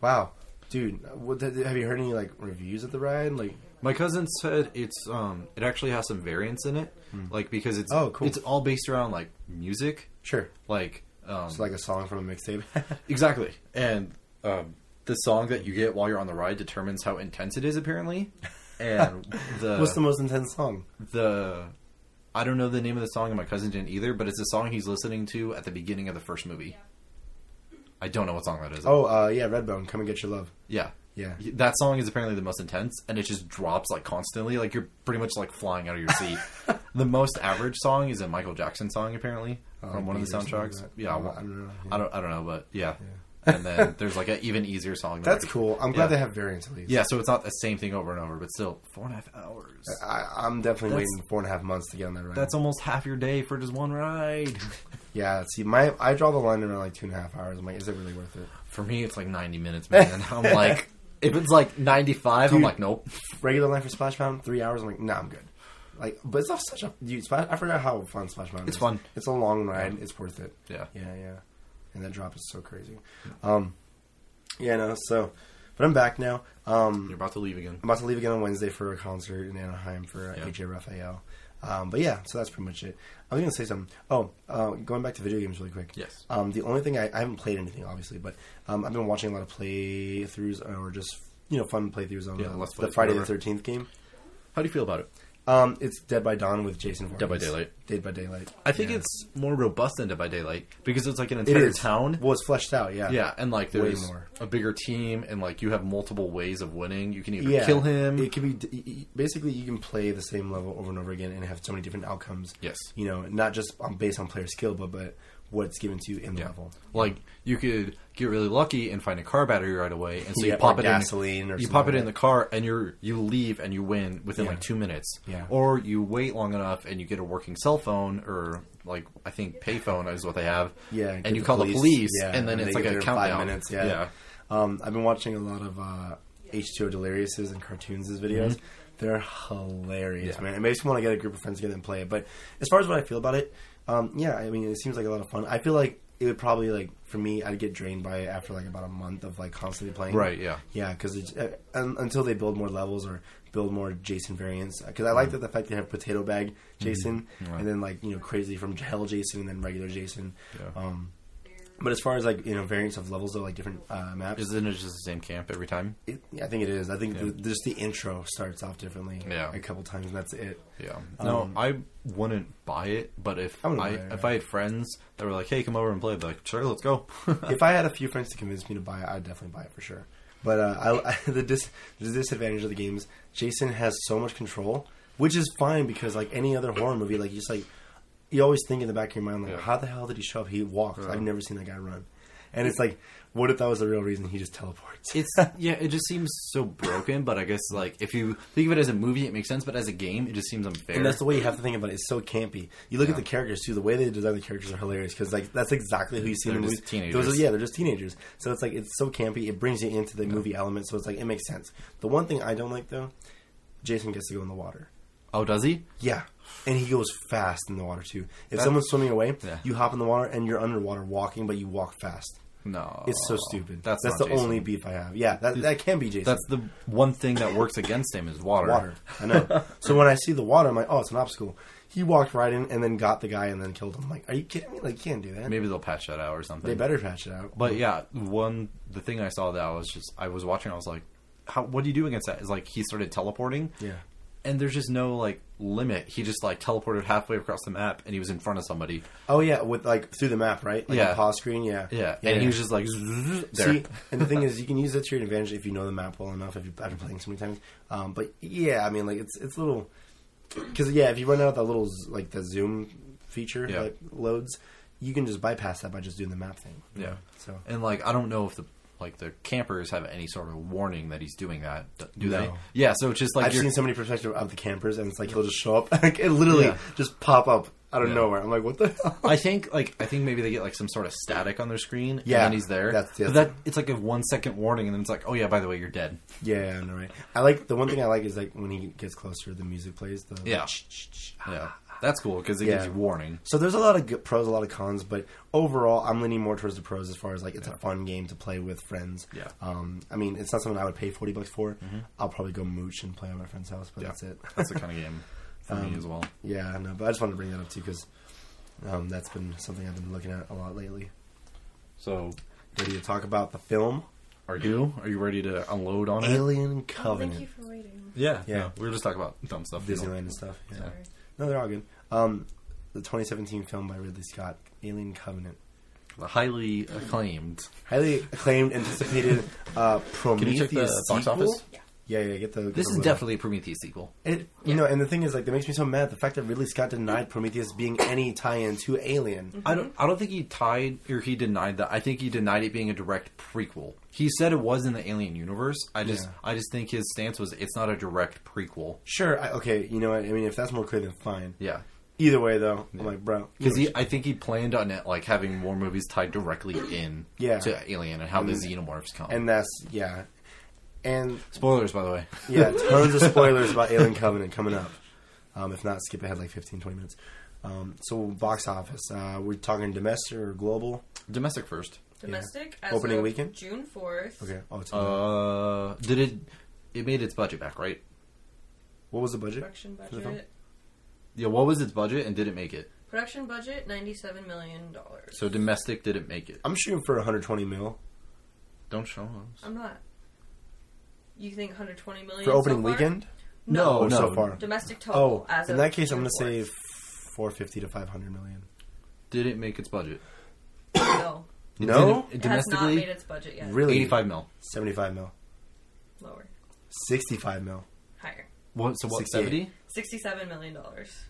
Wow, dude, what, have you heard any like reviews of the ride? Like,
My cousin said it's um it actually has some variance in it, like because it's
Oh, cool.
it's all based around like music,
sure.
like um
It's like a song from a mixtape.
exactly, and um the song that you get while you're on the ride determines how intense it is apparently, and the
What's the most intense song?
the I don't know the name of the song, and my cousin didn't either, but it's a song he's listening to at the beginning of the first movie. I don't know what song that is.
Oh, uh, yeah, Redbone, Come and Get Your Love.
yeah.
Yeah.
That song is apparently the most intense, and it just drops like constantly. Like you're pretty much like flying out of your seat. the most average song is a Michael Jackson song, apparently,
Oh,
from one of the
Beat or something
soundtracks.
like that.
yeah,
I
well,
don't know, yeah.
I don't, I don't know, but yeah. and then there's like an even easier song. than
That's
that.
cool. I'm glad
Yeah.
they have variants at least.
Yeah, so it's not the same thing over and over, but still four and a half hours.
Uh, I, I'm definitely
That's-
waiting four and a half months to get on that ride.
That's almost half your day for just one ride.
yeah, see, my I draw the line around like two and a half hours. I'm like, is it really worth it?
For me, it's like 90 minutes, man. I'm like, if it's like 95, I'm
Dude.
like, nope.
Regular line for Splash Mountain, three hours. I'm like, nah, I'm good. Like, but it's not such a dude. Splash, I forgot how fun Splash Mountain.
It's
is.
fun.
It's a long ride. It's worth it.
Yeah.
Yeah, yeah. And that drop is so crazy. Um, yeah, no. So, but I'm back now. Um,
You're about to leave again.
I'm about to leave again on Wednesday for a concert in Anaheim for uh,
Yeah.
AJ Raphael. Um, but yeah, so that's pretty much it. I was going to say something. Oh, uh, going back to video games really quick.
Yes.
Um, the only thing I, I haven't played anything, obviously, but um, I've been watching a lot of playthroughs or just you know fun playthroughs on
Yeah,
uh,
Let's
the
Plays,
Friday the
whatever.
Thirteenth game.
How do you feel about it?
Um, it's Dead by Dawn with Jason. Voorhees.
Dead by Daylight.
Dead by Daylight.
I think
Yeah.
it's more robust than Dead by Daylight because it's like an
it
entire
is
town.
Well, it's fleshed out. Yeah.
yeah, and like
Way
there's
more.
a bigger team, and like you have multiple ways of winning. You can either
Yeah.
kill him.
It could be d- y- y- basically you can play the same level over and over again and have so many different outcomes.
Yes.
You know, not just on, based on player skill, but but what's given to you in the
yeah.
level.
Like you could get really lucky and find a car battery right away, and so
Yeah,
you pop
or
it
gasoline
in,
or
you
something
pop it
like
in
that.
the car, and you're you leave and you win within
Yeah.
like two minutes.
Yeah.
Or you wait long enough and you get a working cell phone or like I think payphone is what they have.
Yeah, get
And you call the police, and then
they
it's like
get
a
there in five
countdown.
minutes, yeah. Um, I've been watching a lot of uh, H2O Deliriouses and cartoons' videos. They're hilarious,
Mm-hmm. Yeah.
man. It makes me want to get a group of friends together and play it. But as far as what I feel about it, um, yeah, I mean, it seems like a lot of fun. I feel like it would probably like for me, I'd get drained by it after like about a month of like constantly playing.
Right, yeah.
Yeah, because uh, un- until they build more levels or build more Jason variants, because I like that the fact they have potato bag Jason
Mm. Mm-hmm. Right.
and then like you know crazy from hell Jason and then regular Jason.
Yeah.
Um, but as far as like you know variants of levels of like different uh, maps,
Isn't it just the same camp every time?
it, yeah, I think it is. I think the, just the intro starts off differently.
Yeah.
a couple times and that's it.
Yeah. No, I wouldn't buy it, but if
Um, I wouldn't buy
I,
it,
if
yeah.
I had friends that were like, "Hey, come over and play," I'd be like, "Sure, let's go."
if I had a few friends to convince me to buy it, I'd definitely buy it for sure. But uh, I, the, dis- the disadvantage of the game is Jason has so much control, which is fine because like any other horror movie, like you just like you always think in the back of your mind like,
Yeah.
how the hell did he show up? He walked.
Yeah.
I've never seen that guy run. And it's like, what if that was the real reason he just teleports?
it's yeah, it just seems so broken. But I guess like if you think of it as a movie, it makes sense. But as a game, it just seems unfair.
And that's the way you have to think about it. It's so campy. You look at
Yeah.
the characters too. The way they design the characters are hilarious because like that's exactly who you see in
They're
the
just
movies.
teenagers.
Those are- yeah, they're just teenagers. So it's like it's so campy. It brings you into the movie element. So it's like it makes sense. The one thing I don't like though, Jason gets to go in the water.
oh, does he?
Yeah, and he goes fast in the water too. If
That-
someone's swimming away,
Yeah.
you hop in the water and you're underwater walking, but you walk fast.
No,
It's so stupid.
Oh, That's
that's the
not Jason.
only beef I have. Yeah, that that can be Jason.
That's the one thing that works against him is water.
water. I know. so when I see the water, I'm like, oh, it's an obstacle. He walked right in and then got the guy and then killed him. I'm like, are you kidding me? Like, you can't do that.
Maybe they'll patch that out or something.
They better patch it out.
But yeah, one the thing I saw that I was just I was watching. I was like, "How? What do you do against that?" Is like he started teleporting.
Yeah.
And there's just no like limit. He just like teleported halfway across the map, and he was in front of somebody.
Oh yeah, with like through the map, right? Like
Yeah.
a pause screen. Yeah.
Yeah, and he was just like, "Zzz," there.
See, and the thing is, you can use that to your advantage if you know the map well enough. If you've been playing so many times, um, but yeah, I mean, like it's it's a little because yeah, if you run out of that little z- like the zoom feature
Yeah.
that loads, you can just bypass that by just doing the map thing.
Yeah.
So
And like, I don't know if the like the campers have any sort of warning that he's doing that. d- Do
No.
they? Yeah. So it's just like
I've
you're-
seen so many perspective of the campers, and it's like he'll just show up, like it literally
Yeah.
just pop up out of
Yeah.
nowhere. I'm like, what the hell?
I think like I think maybe they get like some sort of static on their screen.
Yeah,
and then he's there.
that's-
but
that's-
that it's like a one second warning, and then it's like, oh yeah, by the way, you're dead.
Yeah, I know, right. I like the one thing I like is like when he gets closer, the music plays. The
Yeah. Yeah, that's cool because it
Yeah.
gives you warning.
So there's a lot of good pros, a lot of cons, but overall, I'm leaning more towards the pros as far as like it's a fun game to play with friends.
Yeah. Mm-hmm.
Um, I mean, it's not something I would pay forty bucks for. I'll probably go mooch and play at my friend's house, but that's it.
That's the kind of game for
Um,
me as well.
yeah, I know. But I just wanted to bring that up too because um, that's been something I've been looking at a lot lately.
So,
Ready to talk about the film
are you are you ready to unload on it?
Alien
Oh, thank you
Covenant,
for waiting.
Yeah,
Yeah.
yeah. we were just talking about dumb stuff. you know.
Disneyland and stuff? Yeah.
Sorry.
No, they're all good. Um, the 2017 film by Ridley Scott, Alien Covenant.
The highly acclaimed.
Highly acclaimed, anticipated uh,
Can
Prometheus
you check the box
sequel?
office?
Yeah, yeah, get the. Get
This
the
is
logo.
definitely a Prometheus sequel.
It, you know, and the thing is, like, that makes me so mad. The fact that Ridley Scott denied Prometheus being any tie-in to Alien.
Mm-hmm.
I don't. I don't think he tied or he denied that. I think he denied it being a direct prequel. He said it was in the Alien universe. I just.
Yeah.
I just think his stance was it's not a direct prequel.
Sure, I, okay, you know what? I mean, if that's more clear, then fine.
Yeah,
Either way, though, I'm like, bro,
because
you
he. I think he planned on it like having more movies tied directly in.
Yeah.
to Alien and how the xenomorphs come.
know, and that's yeah, and
spoilers, by the way.
yeah, tons of spoilers about Alien Covenant coming up. Um, if not, skip ahead like 15, 20 minutes. Um, so box office, uh, we're talking domestic or global?
Domestic first.
Domestic as
Opening
of
weekend?
June fourth.
Okay, oh, it's
Uh, did it? It made its budget back, right?
what was the budget?
Production
the film?
budget.
Yeah. What was its budget and did it make it?
Production budget ninety-seven million dollars.
So domestic didn't make it.
I'm shooting for 120 mil
Don't show us.
I'm not. You think 120 million
for opening
so far?
weekend.
No,
Oh, so far.
Domestic total.
Oh,
as
in
of
that case, I'm
June
going to say
4th.
450 to 500 million.
Did it make its budget?
no.
It
No?
didn't-
It has not made
domestically,
its budget yet.
Really?
eighty-five mil.
75 mil.
Lower,
65 mil.
higher.
What? So what?
68.
Seventy.
67 million dollars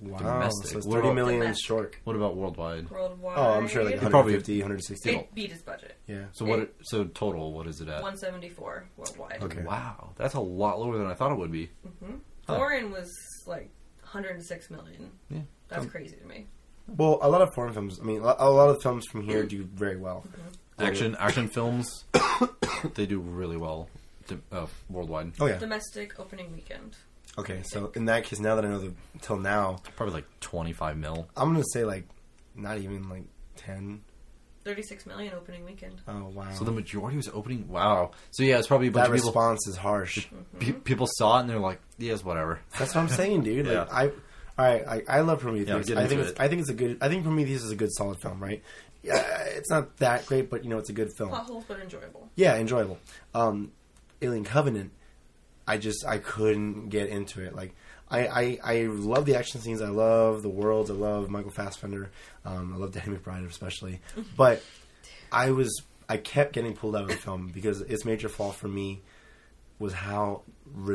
Wow.
Domestic.
So it's
What
30
about
million
domestic?
short.
What about worldwide?
worldwide.
Oh, I'm sure like
it
It probably-
150, 160.
beat its budget.
Yeah.
So what? So total, what is it at?
174 worldwide.
Okay.
Wow, that's a lot lower than I thought it would be. Huh.
Foreign was like 106 million.
Yeah.
That's
Um,
crazy to me.
Well, a lot of foreign films, I mean, a lo- a lot of films from
Mm.
here do very well.
Action action films, they do really well to- uh, worldwide.
Oh, yeah.
Domestic opening weekend.
Okay, so in that case, now that I know the till now,
Probably like twenty-five mil.
I'm going to say like not even like ten.
36 million opening weekend.
Oh wow!
So the majority was opening. Wow. So yeah, it's probably a bunch
that
of people.
response is harsh.
pe- people saw it and they're like, "Yes, whatever."
That's what I'm saying, dude. Like
Yeah.
I, all right, I, I love Prometheus.
Yeah, get
I
into
think it's,
it.
I think it's a good. I think Prometheus is a good, solid film, right? Yeah, it's not that great, but you know, it's a good film.
Plot holes, but enjoyable.
Yeah, enjoyable. Um, Alien Covenant, I just I couldn't get into it. Like I, I I love the action scenes. I love the worlds. I love Michael Fassbender. Um, I love Danny McBride especially. But I was I kept getting pulled out of the film because its major flaw for me was how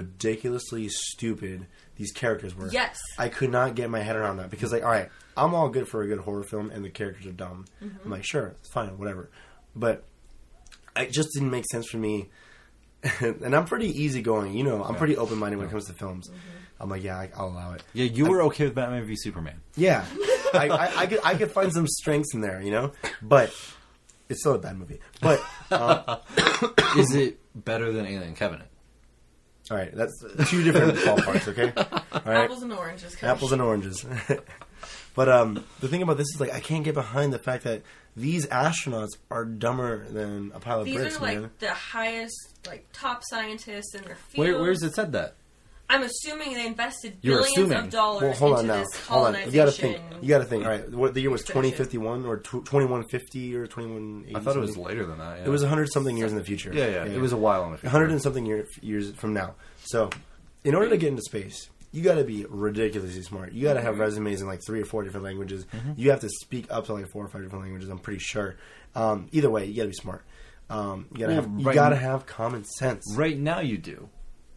ridiculously stupid these characters were.
Yes.
I could not get my head around that because like all right, I'm all good for a good horror film and the characters are dumb. I'm like sure, it's fine, whatever. But it just didn't make sense for me. and I'm pretty easygoing, you know. I'm pretty open minded when it comes to films.
Mm-hmm.
I'm like, yeah, I, I'll allow it.
Yeah, you were okay with Batman v Superman.
Yeah, I, I, I could I could find some strengths in there, you know. But it's still a bad movie. But uh,
Is it better than Alien Covenant?
all right, that's two different ballparks. Okay, all right,
Apples and oranges. Coach.
apples and oranges. but um, the thing about this is like I can't get behind the fact that these astronauts are dumber than a pile of
These
bricks,
are like
man.
the highest, like top scientists in their field.
Where, where's it said that?
I'm assuming they invested
You're
billions
assuming.
of dollars
Well, hold on
into
now.
this
Hold on.
colonization.
You gotta think. You gotta think. All right. What the year was?
Expansion.
Twenty fifty one or twenty one fifty or twenty one eighty?
I thought it was later than that. Yeah.
It was hundred something years in the future.
Yeah, yeah, It was a while on the
hundred and something year, years from now. So, in order to get into space, you gotta be ridiculously smart. You gotta have
Mm-hmm.
resumes in like three or four different languages. You have to speak up to like four or five different languages. I'm pretty sure. Um, either way, you gotta be smart. Um, you gotta
Well,
have. You
right-
gotta have common sense.
Right now, you do.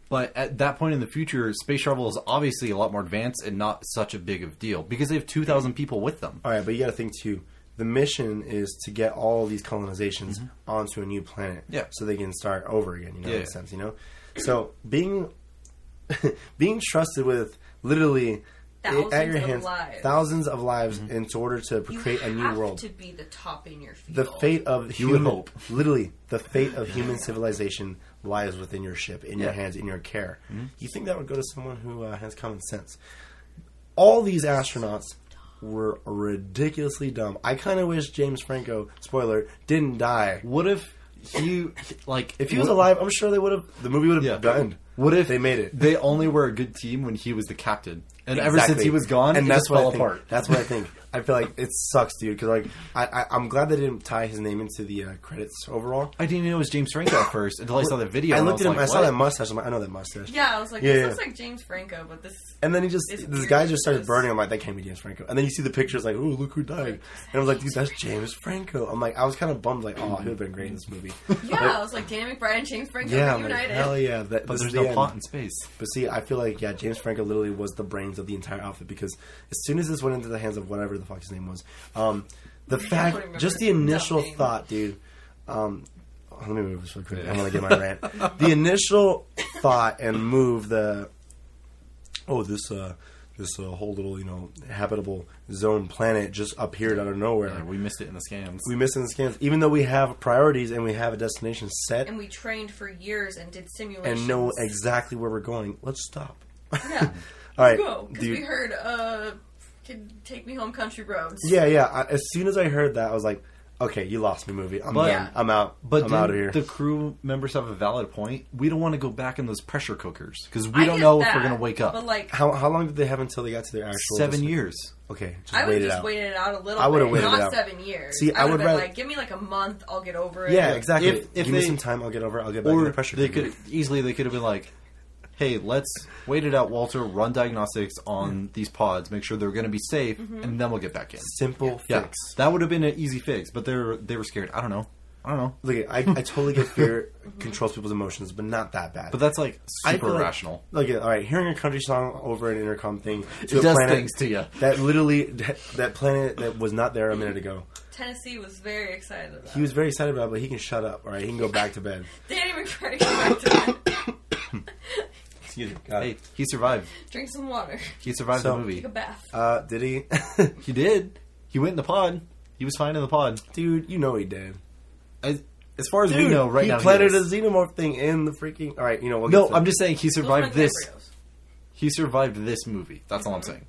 But at that point in the future, space travel is obviously a lot more advanced and not such a big of deal because they have two thousand people with them.
All right, but you got to think too. The mission is to get all these colonizations onto a new planet,
Mm-hmm. Yeah.
so they can start over again. You know, in
Yeah.
a sense, you know. So being being trusted with literally
Thousands
at your
of
hands
lives.
thousands of lives
Mm-hmm.
in order to
You
create a new
have
world.
to be the top in your field.
the fate of
You would
human,
hope.
literally, the fate of human civilization lies within your ship, in your
Yeah. Mm-hmm.
hands, in your care. You think that would go to someone who uh, has common sense? all these astronauts were ridiculously dumb. I kind of wish James Franco, spoiler, didn't die.
What if you like
If he was
what-
alive, I'm sure they would have. The movie would have
Yeah.
done.
What if
they made it?
They only were a good team when he was the captain, and ever since
Exactly.
he was gone,
and
it
that's
just
what I
fell
think.
apart.
That's what I think. I feel like it sucks, dude. Because like I, I, I'm glad they didn't tie his name into the uh, credits overall.
I didn't even know it was James Franco at first until I saw the video.
I
and
looked at
was
him. I
like,
saw
"What?"
that mustache. I'm like, I know that mustache.
yeah, I was like,
Yeah,
this
yeah.
looks like James Franco, but this
And then he just
It's
this
weird
guy just started
because-
burning. I'm like, that can't be James Franco. And then you see the pictures, like, oh, look who died. And I was like, dude, that's James Franco. I'm like, I was kind of bummed, like, oh, he would have been great in this movie.
yeah, I was like Danny McBride and James Franco
Yeah, I'm like,
reunited.
hell yeah. That,
But
this is
there's
the
no
end.
plot in space.
But see, I feel like yeah, James Franco literally was the brains of the entire outfit because as soon as this went into the hands of whatever the fuck his name was, um, the fact,
remember
just the
his
initial
name.
thought, dude. Um, oh, let me move this real quick. I'm gonna get my rant. The initial thought and move the oh this uh this uh, whole little you know habitable zone planet just appeared out of nowhere.
Yeah, we missed it in the scans.
we missed in the scans, even though we have priorities and we have a destination set
And we trained for years and did simulations.
and know exactly where we're going. Let's stop.
Yeah,
All right,
go because
dude.
we heard uh, "Kid, take me home, country roads."
Yeah, yeah. I, as soon as I heard that, I was like, "Okay, you lost me, movie. I'm
But-
done. I'm out.
But
I'm
didn't
out of here."
the crew members have a valid point. We don't want to go back in those pressure cookers because we
I
don't
get
know if
that,
we're going to wake
But
up.
like,
how how long did they have until they got to their actual
Seven
dis-
years.
Okay, just
I would
wait it
just
out.
waited it out a little.
I would've
bit,
waited
not
it out.
seven years.
See, I
would've
would
been
rather-
like, give me like a month, I'll get over it.
Yeah, exactly.
If- if
Give me
they-
some time. I'll get over. it. I'll get back. in
Or
the pressure
they
cooker.
could easily they could have been like, "Hey, let's wait it out, Walter. Run diagnostics on these pods, make sure they're going to be safe,
Mm-hmm.
and then we'll get back in."
simple
Yeah,
fix.
that would have been an easy fix. But they were they were scared. I don't know. I don't know.
Look, I, I totally get fear controls people's emotions, but not that bad.
But that's like
I
super
feel like-
rational.
Look, all right, hearing a country song over an intercom thing to
It
a
does
planet
things to you.
that literally that, that planet that was not there a minute ago.
Tennessee was very excited about.
He was very excited about, it, but he can shut up. All right, he can go back to bed.
it. Danny McBride came back to that.
Excuse me. God.
Hey, he survived.
drink some water,
He survived
So-
the movie.
take a bath.
Uh, did he?
He did. He went in the pod. He was fine in the pod.
Dude, you know he did.
As, as far as we
Dude,
know, right
he
now
planted
he
a
is.
xenomorph thing in the freaking. All right, you know. We'll
No,
get to-
I'm just saying he
Those were my
survived this.
embryos.
He survived this movie. That's all I'm saying.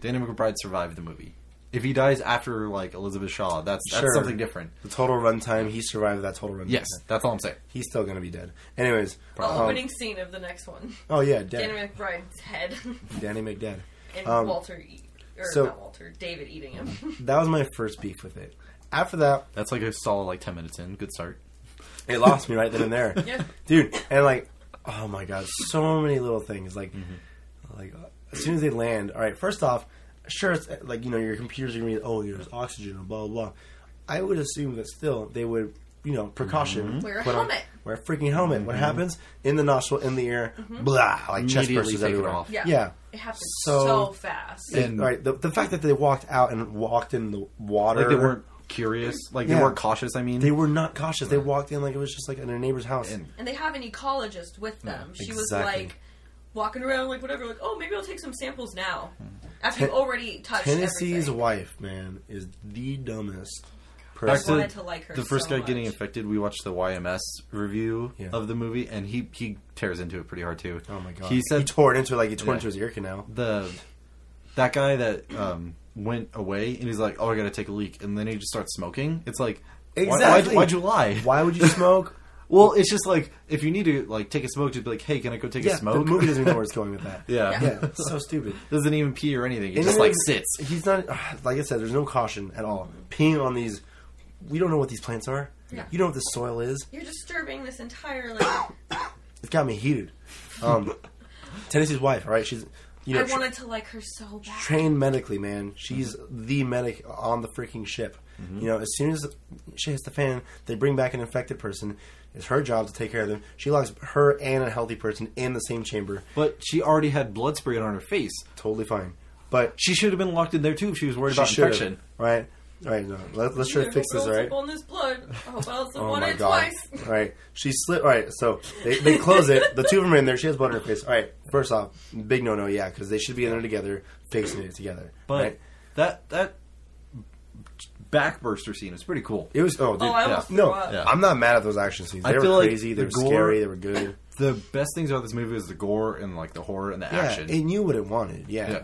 Danny McBride survived the movie. If he dies after like Elizabeth Shaw, that's that's
Sure.
something different.
The total runtime, he survived that total runtime.
Yes, that's all I'm saying.
He's still going to be dead. Anyways.
The
um,
opening scene of the next one.
oh, yeah, dead.
Danny McBride's head
Danny McDead.
and
Um,
Walter, eat, or
so-
not Walter, David eating him.
That was my first beef with it. After that,
That's like a solid like ten minutes in. Good start.
it lost me right then and there.
yeah,
dude and like oh my god so many little things like
Mm-hmm.
like as soon as they land all right first off sure it's uh, like you know your computers are gonna be oh there's oxygen and blah blah blah i would assume that still they would you know precaution
Mm-hmm.
Wear a
put on-
helmet.
wear a freaking helmet what happens in the nostril in the air blah like chest
Immediately
bursts
take it
everywhere
off.
Mm-hmm. Yeah.
yeah
it happened so,
So-
fast.
And-
all right the, the fact that they walked out and walked in the water
Like they weren't curious. Like they
Er, Yeah.
weren't cautious. I mean,
they were not cautious they walked in like it was just like in a neighbor's house
And-
and they have an ecologist with them. she was
exactly.
like walking around like whatever, like oh maybe I'll take some samples now after you've
Hmm. Ten-
already touched
Tennessee's
everything.
wife, man, is the dumbest
back
person.
to,
wanted to like her
the first
so
guy getting
much.
infected. We watched the YMS review
Yeah.
of the movie, and he he tears into it pretty hard too.
oh my god,
He said
tore it into like he tore
Yeah.
into his ear canal.
the that guy that um, went away and he's like, "Oh, I gotta take a leak," and then he just starts smoking. It's like, why-
Exactly.
Why, would you lie?
Why would you smoke?
Well, it's just like if you need to like take a smoke, just be like, "Hey, can I go take
yeah,
a smoke?"
the movie doesn't even know where it's going with that.
yeah.
yeah, it's so stupid.
doesn't even pee or anything. It
And
just
then
like
it's-
sits.
He's not like I said. There's no caution at all. Peeing on these, we don't know what these plants are.
Yeah.
You don't know what this soil is.
You're disturbing this entire like
It's got me heated. Um, Tennessee's wife, all right? She's you know
I wanted to like her so bad.
trained medically, man. She's the medic on the freaking ship.
Mm-hmm.
You know, as soon as she hits the fan, they bring back an infected person. It's her job to take care of them. She locks her and a healthy person in the same chamber.
But she already had blood sprayed on her face.
Totally fine. But
She should have been locked in there too if she was worried
she
about
should
infection.
have. Right? All right, no. Let, let's try
Dude,
to fix
I
this,
hope
all
I
right?
don't slip on this blood. I hope I don't slip
Oh
on
my
it
god!
twice.
All right, she slid. All right, so they, they close it. The two of them are in there. She has blood on her face. All right, first off, big no no, yeah, because they should be in there together, fixing it together.
But
right?
that that backburster scene is pretty cool.
it was oh, dude,
Oh, I almost threw
yeah.
No,
up.
Yeah.
I'm not mad at those action scenes. They
I
were
feel like
crazy. they
the
were
gore-
scary. They were good.
The best things about this movie is the gore and like the horror and the action.
Yeah, it knew what it wanted. Yeah.
Yeah.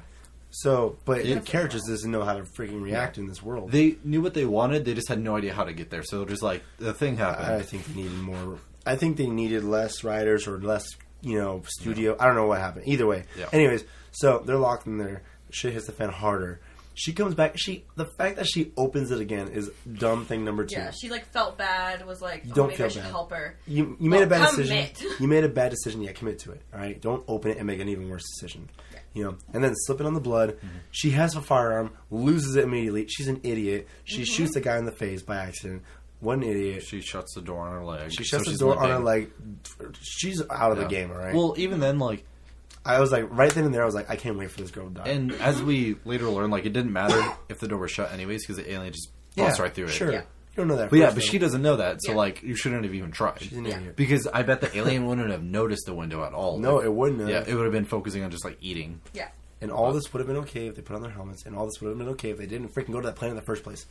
So, but
Yeah.
the characters doesn't know how to freaking react in this world.
They knew what they wanted. They just had no idea how to get there. So they're just like the thing
I
happened.
think they needed more. I think they needed less writers or less, you know, studio. I don't know what happened. Either way.
Yeah.
Anyways, so they're locked in there. Shit hits the fan harder. She comes back. She the fact that she opens it again is dumb thing number two.
Yeah, she like felt bad. Was like, oh,
don't
maybe
feel
I should
bad.
help her.
you, you made a
Well,
bad decision.
commit.
You made a bad decision. Yeah, commit to it. All right, don't open it and make an even worse decision. You know, and then slip it on the blood.
Mm-hmm.
She has a firearm, loses it immediately. She's an idiot.
Mm-hmm.
She shoots the guy in the face by accident. What an idiot! She,
She shuts the door on her leg.
shuts
so
the
she's
door on
limping.
her leg. She's out of
Yeah.
the game. All right.
Well, even then, like,
I was like, right then and there, I was like, I can't wait for this girl to die.
and as we later learn, like, it didn't matter if the door was shut anyways because the alien just busts right through it.
Sure,
Yeah.
you don't know that.
But yeah,
first,
but
though.
she doesn't know that, so
Yeah.
like, you shouldn't have even tried.
She's an
Yeah.
idiot.
because I bet the alien wouldn't have noticed the window at all.
No,
Like,
it wouldn't. Have.
yeah, it would have been focusing on just like eating.
Yeah,
And all this would have been okay if they put on their helmets, and all this would have been okay if they didn't freaking go to that planet in the first place.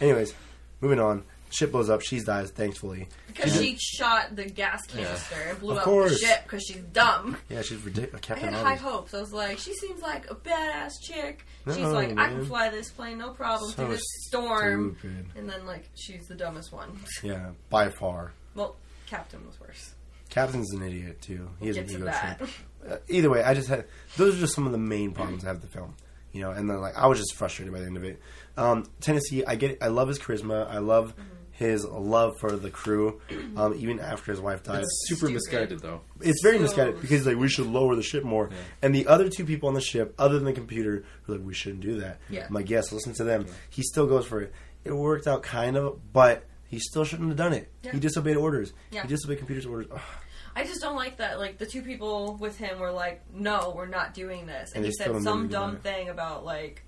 Anyways, moving on. Ship blows up. She dies, thankfully.
because she shot the gas canister and blew
Of
up the
course.
ship because she's dumb.
Yeah, she's ridiculous.
I had
Captain
high
Obvious.
hopes. I was like, she seems like a badass chick. She's
No,
like, I can
man.
fly this plane, no problem,
So
through this storm.
stupid.
And then, like, she's the dumbest one.
Yeah, by far.
well, Captain was worse.
Captain's an idiot too. He has
Get
an
to
ego
that.
trip. Uh, either way, I just had those are just some of the main problems I have with the film. You know, and then like I was just frustrated by the end of it. Um, Tennessee, I get, it. I love his charisma. I love his love for the crew. Um, even after his wife dies,
super Stupid. misguided,
though.
it's very
So-
misguided because like we should lower the ship more. And the other two people on the ship, other than the computer, were like, we shouldn't do that.
Yeah.
I'm like, yes, listen to them. He still goes for it. It worked out kind of, but he still shouldn't have done it.
Yeah.
He disobeyed orders.
Yeah.
He disobeyed computer's orders. Ugh.
I just don't like that. Like, the two people with him were like, no, we're not doing this. And,
And
he
they still
said
don't
some
do
dumb
that.
thing about, like,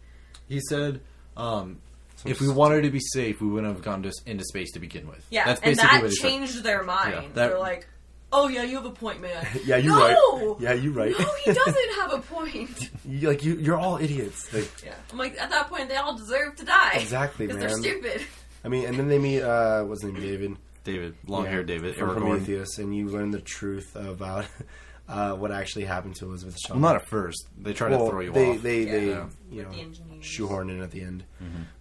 He said, um, "If we wanted to be safe, we wouldn't have gone to, into space to begin with."
yeah.
that's
and
basically
that
what he said.
changed their mind.
that-
They're like, oh, yeah, you have a point, man.
Yeah, you're
no!
right. Yeah, you're right.
No, he doesn't have a point.
You- like you, you're all idiots. Like,
Yeah. I'm like, at that point, they all deserve to die.
Exactly,
Because they're
man.
stupid.
I mean, and then they meet. Uh, what's his name? David.
David, long
Yeah,
haired David,
from
Aragorn.
Prometheus, and you learn the truth about uh, what actually happened to Elizabeth Shaw.
Well, not at first. They try
Well,
to throw you
they,
off.
They,
Yeah.
they,
Yeah. Mm-hmm.
you know,
The engineers.
shoehorn in at the end.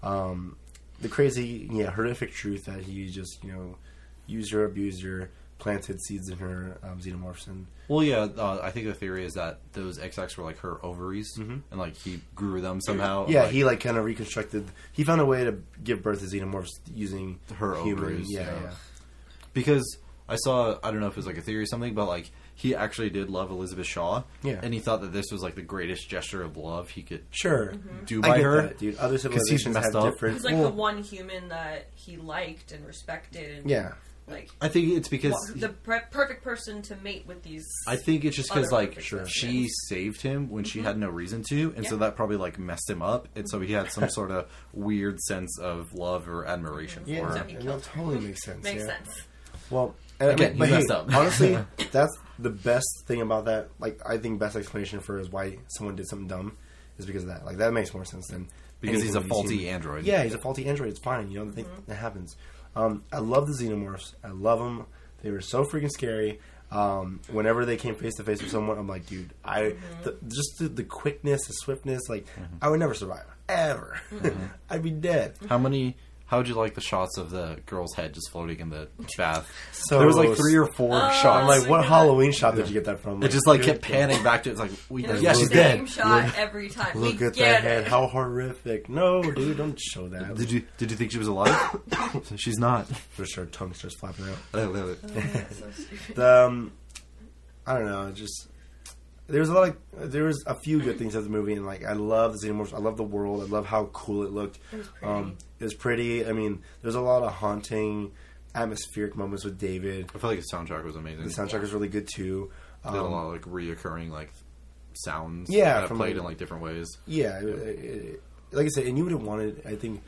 Um, the crazy, yeah, horrific truth that he just, you know, used her, abused her, planted seeds in her, um, xenomorphs, and
Well, yeah, uh, I think the theory is that those XX were like her ovaries, and like he grew them somehow.
yeah,
like,
he like kind of reconstructed. He found a way to give birth to xenomorphs using
Her
human.
ovaries,
yeah,
yeah.
yeah.
because I saw I don't know if it was like a theory or something, but like he actually did love Elizabeth Shaw,
Yeah.
and he thought that this was like the greatest gesture of love he could
Sure.
do
I
by
get
her.
that, dude. Other
he's
civilizations have
messed up.
different.
Mm-hmm. He's like
Well-
the one human that he liked and respected. And,
yeah,
Like
I think it's because
wa- the pre- perfect person to mate with these.
I think it's just because
Other
like
Sure.
she saved him when she had no reason to, and
Mm-hmm.
so
Yeah.
that probably like messed him up, and so he had some sort of weird sense of love or admiration
yeah,
for
So
her.
he
and that
killed
totally makes sense.
makes
yeah.
sense.
Well, and,
Again,
but-
you
but hey,
messed up.
honestly, that's the best thing about that. Like, I think best explanation for is why someone did something dumb is because of that. Like, that makes more sense than
Because he's
anything
a
we've
faulty
seen.
android.
Yeah, he's a faulty android. It's fine. You know, the thing that happens. Um, I love the xenomorphs. I love them. They were so freaking scary. Um, whenever they came face to face with someone, I'm like, dude, I the, just the, the quickness, the swiftness. Like,
Mm-hmm.
I would never survive ever. I'd be dead.
How many? How would you like the shots of the girl's head just floating in the bath?
So
there was like three or four
Oh, I'm
shots.
like,
my
what
God.
Halloween shot did you get that from?
it just like
dude,
kept panning back to it's like, we,
It was
yeah,
the
she's
look-
same
dead.
shot
Look-
every time. we
Look at
get
that head.
it.
How horrific. No, dude, don't show that.
Did you did you think she was alive? she's not.
For sure, tongue starts flapping out.
I love it.
So stupid.
The, um, I don't know. Just there was a lot. Of, there was a few good things of the movie, and like I love the xenomorphs. I love the world. I love how cool it looked.
It was pretty.
Um, it was pretty. I mean, there's a lot of haunting, atmospheric moments with David.
I felt like the soundtrack was amazing.
The soundtrack is really good too.
They had a
Um,
lot of like reoccurring like sounds.
Yeah,
that
from,
played
like-
in like different ways.
yeah, it, it, it- like I said, and you would have wanted. I think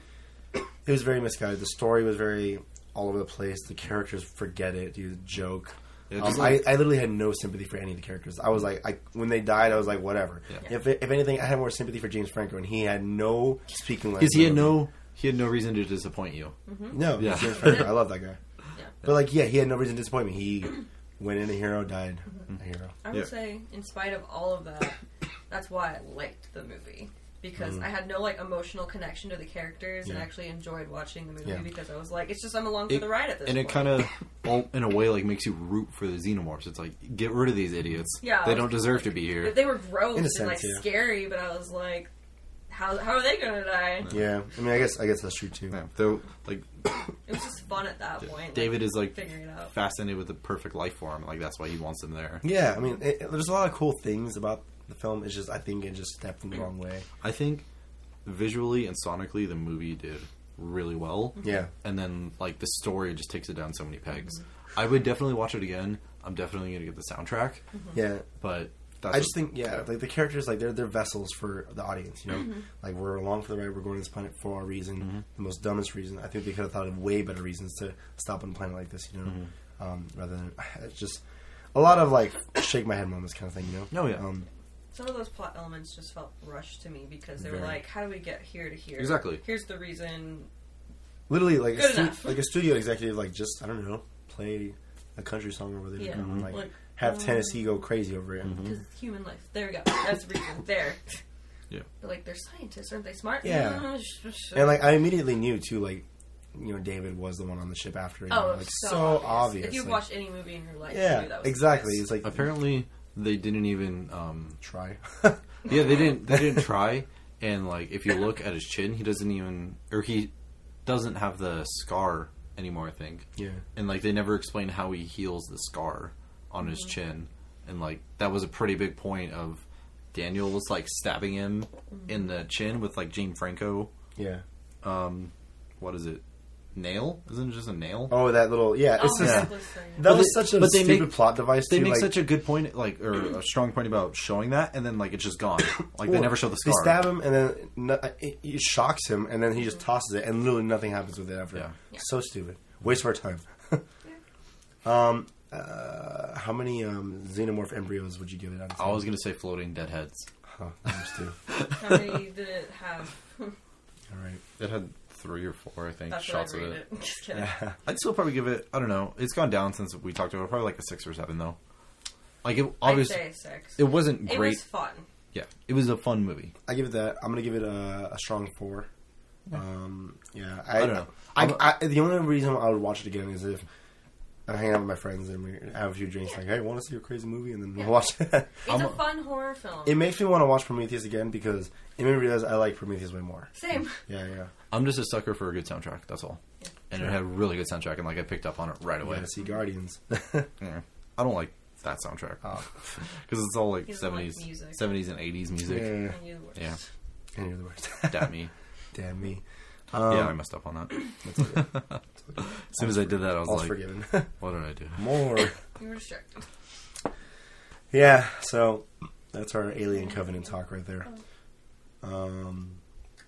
it was very misguided. The story was very all over the place. The characters forget it. You joke.
Yeah,
Um,
just like-
I, I literally had no sympathy for any of the characters. I was like, I, when they died, I was like, whatever.
Yeah.
If, if anything, I had more sympathy for James Franco, and he had no speaking lines.
Because he had
in the
no he had no reason to disappoint you.
movie. no
Yeah.
James Franco. I love that guy.
Yeah.
But like, yeah, he had no reason to disappoint me. He went in a hero, died a hero.
I would
Yeah.
say, in spite of all of that, that's why I liked the movie because
Mm.
I had no like emotional connection to the characters and
Yeah.
actually enjoyed watching the movie
Yeah.
because I was like, it's just I'm along for
It-
the ride at this.
and
point.
it kind of well, in a way like makes you root for the xenomorphs it's like get rid of these idiots
Yeah.
they don't deserve to be here
But they were gross
In a
and
sense,
like
yeah.
scary, but I was like, how how are they gonna die?
Yeah, I mean, I guess I guess that's true too.
yeah, though like
It was just fun at that point.
david is like
figuring it out.
fascinated with the perfect life form like that's why he wants them there
Yeah, I mean, it, it- there's a lot of cool things about the film. It's just I think it just stepped in the wrong way.
i think visually and sonically the movie did really well
Mm-hmm. Yeah.
and then like the story just takes it down so many pegs i would definitely watch it again i'm definitely gonna get the soundtrack
Yeah.
but that's
Mm-hmm. I just think yeah, like the characters like they're they're vessels for the audience, you know.
Mm-hmm.
Like we're along for the ride, we're going to this planet for a reason, the most dumbest reason. I think they could have thought of way better reasons to stop on a planet like this, you know. Um, rather than it's just a lot of like shake my head moments kind of thing, you know.
No, yeah.
Um,
Some of those plot elements just felt rushed to me because they were
Very.
like, how do we get here to here?
Exactly.
Here's the reason.
literally like a
Good
stu-
enough.
like a studio executive like just I don't know play a country song over there,
Yeah.
and, like,
Like,
have
um,
Tennessee go crazy over it.
Because human life. There we go. That's the reason. There.
Yeah.
But like, they're scientists, aren't they smart?
Yeah. And like I immediately knew too, like you know, David was the one on the ship after. You
oh,
know,
it was
like
so, obvious. If you've
like-
watched any movie in your life, you knew
yeah,
that was
exactly.
obvious.
It's like
apparently they didn't even um
try.
Yeah, they didn't. They didn't try. And like, if you look at his chin, he doesn't even, or he doesn't have the scar anymore. I think.
yeah,
And like, they never explain how he heals the scar on
Mm-hmm.
his chin. And like, that was a pretty big point of Daniel's like stabbing him
Mm-hmm.
in the chin with like Gene Franco.
yeah.
Um, what is it? Nail? Isn't it just a nail?
Oh, that little yeah.
Oh,
It's
my
just
God, listen.
that
But
was
they-
such a
but they
stupid
make-
plot device.
They
too,
make
like,
such a good point, like or a strong point about showing that, and then like it's just gone. Like they
Well,
never show the
They
scar.
stab him, and then no, it, it shocks him, and then he just tosses it, and literally nothing happens with it after.
Yeah.
Yeah.
So stupid. Waste of our time. um, uh, how many um, xenomorph embryos would you give it? Out of
I was gonna say floating dead heads.
Oh, there's two.
How many did it have?
All right.
It had three or four, I think,
That's
shots
what
of
I
it.
read it. Just kidding.
I'd still probably give it. I don't know. It's gone down since we talked about it. Probably like a six or seven, though. Like it
I'd
obviously,
say a six.
it wasn't
It
great.
was fun.
yeah, it was a fun movie.
I give it that. I'm gonna give it a, a strong four. Um, yeah, I,
I don't know.
I, I, the only reason I would watch it again is if I'm hanging out with my friends and we have a few drinks. Like, hey, want to see a crazy movie? And then we'll watch it.
It's
I'm
a
a-
fun horror film.
it makes me want to watch Prometheus again because it made me realize I like Prometheus way more.
Same.
Yeah, yeah.
I'm just a sucker for a good soundtrack. That's all. And it had a really good soundtrack, and like I picked up on it right
I
away.
gotta see Guardians.
Yeah. I don't like that soundtrack
Oh.
because it's all like
He doesn't like
seventies,
music.
seventies and eighties music.
yeah,
And you the worst.
Yeah.
and you're the worst.
Damn me.
Damn me.
yeah, I
Um,
messed up on that.
that's okay.
As soon as I did that, I was
All's
like,
forgiven.
"What did I do?"
more.
You were distracted.
Yeah, so that's our Alien Covenant talk right there. Um,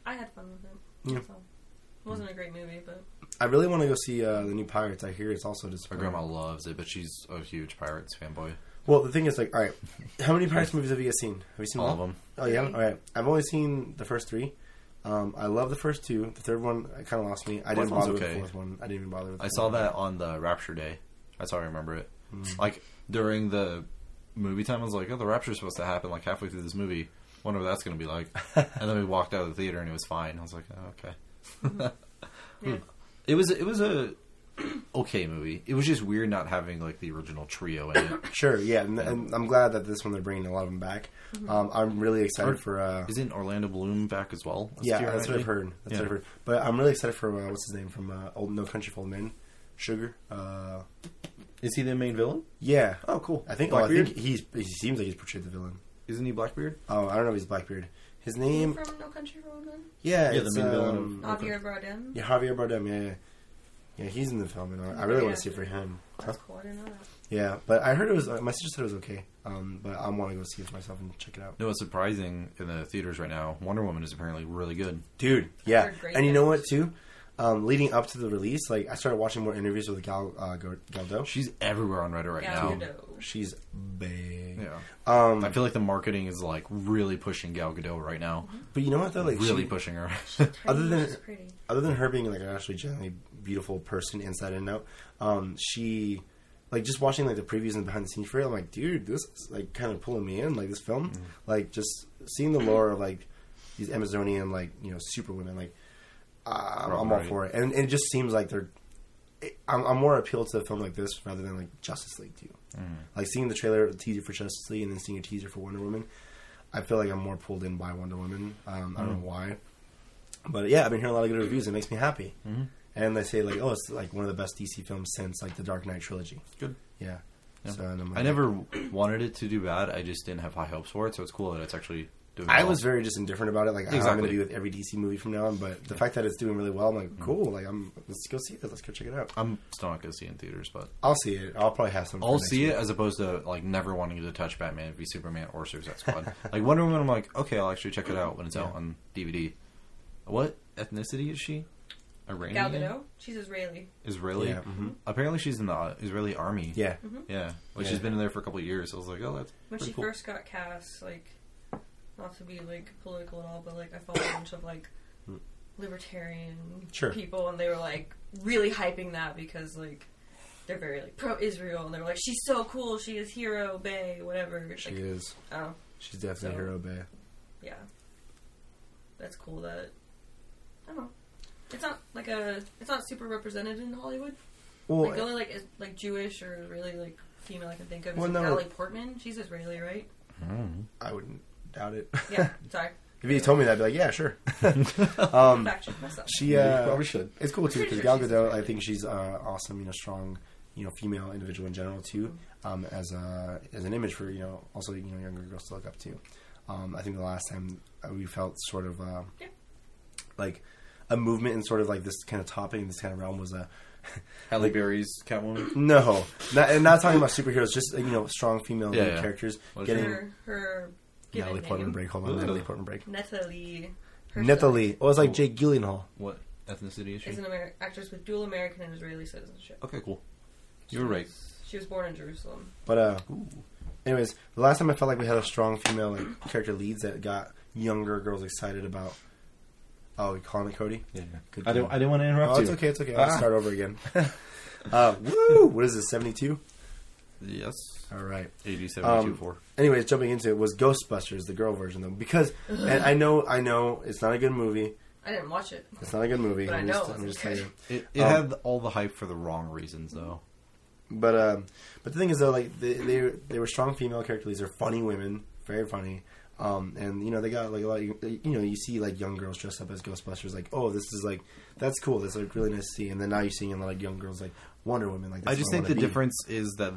I had fun with it.
Yeah.
That's all. It wasn't a great movie, but
I really want to go see uh, the new Pirates. I hear it's also just
My grandma loves it, but she's a huge Pirates fanboy.
Well, the thing is, like, all right, how many Pirates movies have you guys seen? Have you seen
All of them.
Oh yeah,
Three.
all right. I've only seen the first three. Um, I love the first two. The third one, I kind of lost me. I
Fourth
didn't
one's
bother with
okay.
the fourth one. I didn't even bother with. The
I saw
fourth one.
that on the Rapture Day. That's how I remember it. Like during the movie time, I was like, "Oh, the Rapture's supposed to happen like halfway through this movie. Wonder what that's going to be like." and then we walked out of the theater, and it was fine. I was like, oh, "Okay."
yeah.
Hmm.
It was it was a okay movie. It was just weird not having like the original trio in it.
Sure, yeah, and, and I'm glad that this one they're bringing a lot of them back. Um, I'm really excited
Or-
for. Uh,
Isn't Orlando Bloom back as well? as
yeah,
Kieran
that's what I've
Knightley?
heard. That's what
Yeah.
I've heard. But I'm really excited for uh, what's his name from uh, Old No Country for Old Men, Sugar. Uh,
Is he the main villain?
yeah,
Oh, cool.
I think. Oh, I
Blackbeard.
think he's. He seems like he's portrayed the villain.
Isn't he Blackbeard?
Oh, I don't know if he's Blackbeard. His name.
from No Country for Old Men.
Yeah,
Yeah, the
it's,
main villain
um,
of- Okay.
Javier Bardem.
Yeah, Javier Bardem. Yeah, yeah, yeah. He's in the film, and I, I really want to see it for him.
That's cool. I didn't know that.
Yeah, but I heard it was. Uh, my sister said it was okay. Um, but I want to go see it for myself and check it out,
No, it's surprising in the theaters right now. Wonder Woman is apparently really good.
dude. Yeah,
They're great
and you know what too? Um, leading up to the release, like I started watching more interviews with Gal uh, Gal- Gadot.
She's everywhere on Reddit right
Yeah,
now.
you know.
She's big.
Yeah.
Um,
I feel like the marketing is like really pushing Gal Gadot right now.
but you know what though? Mm-hmm. Like
really
she-
pushing her.
Other than-
She's pretty.
other than her being like an actually genuinely beautiful person inside and out, um, she like just watching like the previews and behind the scenes for it, I'm like, dude, this is like kind of pulling me in, like this film. Like just seeing the lore of like these Amazonian like, you know, super women, like uh, I'm all
Right.
for it. And, and it just seems like they're it- I'm, I'm more appealed to a film like this rather than like Justice League too. Like seeing the trailer, the teaser for Justice League, and then seeing a teaser for Wonder Woman, I feel like I'm more pulled in by Wonder Woman. Um, I don't know why, but yeah, I've been hearing a lot of good reviews. It makes me happy.
Mm-hmm.
And they say like, oh, it's like one of the best DC films since like the Dark Knight trilogy.
good.
Yeah.
Yeah.
So, and I'm
I
like-
never wanted it to do bad. I just didn't have high hopes for it, so it's cool that it's actually doing.
I
well.
was very just indifferent about it. Like I'm going
Exactly. Mm-hmm.
to be with every DC movie from now on, but the fact that it's doing really well, I'm like, cool. Like I'm, let's go see it. Let's go check it out.
I'm still not gonna see it in theaters, but
I'll see it. I'll probably have some. for
I'll
next
see
week.
it as opposed to like never wanting to touch Batman v Superman or Suicide Squad. like Wonder Woman, I'm like, okay, I'll actually check it out when it's out
Yeah.
on DVD. What ethnicity is she?
Gal
Iranian,
Gadot. She's Israeli.
Israeli. Mm-hmm.
Yeah, mhm.
Apparently, she's in the uh, Israeli army.
Yeah.
yeah. Like
Yeah.
she's been in there for a couple of years. I was like, oh, that's
When Mm-hmm.
pretty
she
cool.
first got cast, like, not to be like political at all, but like I followed a bunch of like libertarian
Hmm. Sure.
people, and they were like really hyping that because like they're very like pro-Israel, and they were like, "She's so cool. She is hero, bay, whatever." It's
She
like,
is.
Oh,
She's definitely
So-
a hero, babe.
yeah. That's cool. That I don't know. It's not like a. It's not super represented in Hollywood.
Well,
like the only like is, like Jewish or really like female I can think of is
Well,
like,
no.
Natalie Portman. She's Israeli, right?
I wouldn't doubt it.
Yeah. Sorry.
if you told me that, I'd be like, yeah, sure. um,
Fact check myself.
she uh,
Probably should.
It's cool too because
Pretty
Gal
sure she's
Gadot. I
Israeli.
think she's uh, awesome. You know, strong. You know, female individual in general too. Um, as a as an image for you know also you know younger girls to look up to. Um, I think the last time uh, we felt sort of uh,
Yeah.
like a movement in sort of like this kind of topic in this kind of realm was a.
Halle Berry's Catwoman.
No, not, and not talking about superheroes, just you know, strong female
Yeah,
lead
yeah.
characters
What is
getting
her her given
Natalie
name.
Portman break. Hold on,
Ooh.
Natalie Portman break.
Natalie. herself
Natalie. Oh, it's like Jake Gyllenhaal.
What ethnicity is she?
is an Amer- actress with dual American and Israeli citizenship.
Okay, cool. You were right.
She was born in Jerusalem.
But uh, anyways, the last time I felt like we had a strong female like character leads that got younger girls excited about. Oh, you calling it Cody?
Yeah.
Good
I don't.
call.
I didn't want to interrupt
Oh,
you.
it's okay. It's okay. I'll
Ah.
start over again. uh, woo! What is this? Seventy-two.
Yes.
All right.
AG seventy two
Um,
four.
Anyways, jumping into it was Ghostbusters, the girl version though, because and I know I know it's not a good movie.
I didn't watch it.
It's not a good movie.
But I
I'm
know
just,
it
I'm just telling
wasn't
you.
It, it
um,
had all the hype for the wrong reasons though.
But um, but the thing is though, like they they, they were strong female character leads. They're funny women, very funny. Um, and you know they got like a lot. Of, you know you see like young girls dressed up as Ghostbusters. Like oh this is like that's cool. That's like really nice to see. And then now you're seeing a lot of young girls like Wonder Woman. Like
I
that's
just
what
think the
wanna be.
difference is that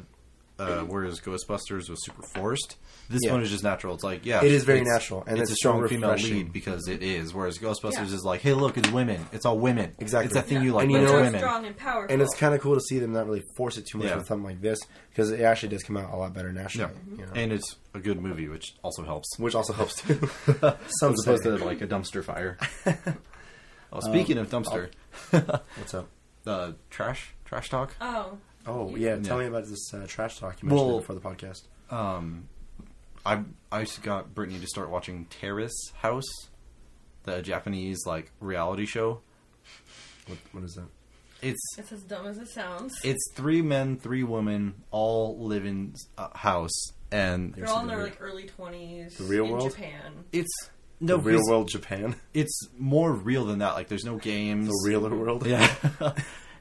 uh, whereas Ghostbusters was super forced, this
Yeah.
one is just natural. It's like yeah,
It is very
it's-
natural, and it's
it's a strong
so
female
refreshing.
lead because it is. Whereas Ghostbusters
Yeah.
is like, hey, look, it's women. It's all women.
Exactly.
It's that thing
Yeah.
you like.
And you
but
They're
know-
it's
so
women.
strong and powerful.
And it's kind of cool to see them not really force it too much
Yeah.
with something like this because it actually does come out a lot better nationally.
Yeah.
You know?
And it's a good movie, which also helps.
which also helps too. Some
As opposed to like a dumpster fire. well, speaking of dumpster,
what's up?
uh, trash trash talk.
oh,
Oh yeah, tell
Yeah.
me about this uh, trash talk you mentioned
Well-
before the podcast.
I I just got Brittany to start watching Terrace House, the Japanese like reality show.
What, what is that?
It's
it's as dumb as it sounds.
it's three men, three women, all live in a house, and
They're all in their like early twenties. The
real
in
world?
Japan.
it's no
the real
it's,
world Japan,
It's more real than that. Like there's no games.
the realer world.
Mm-hmm. Yeah,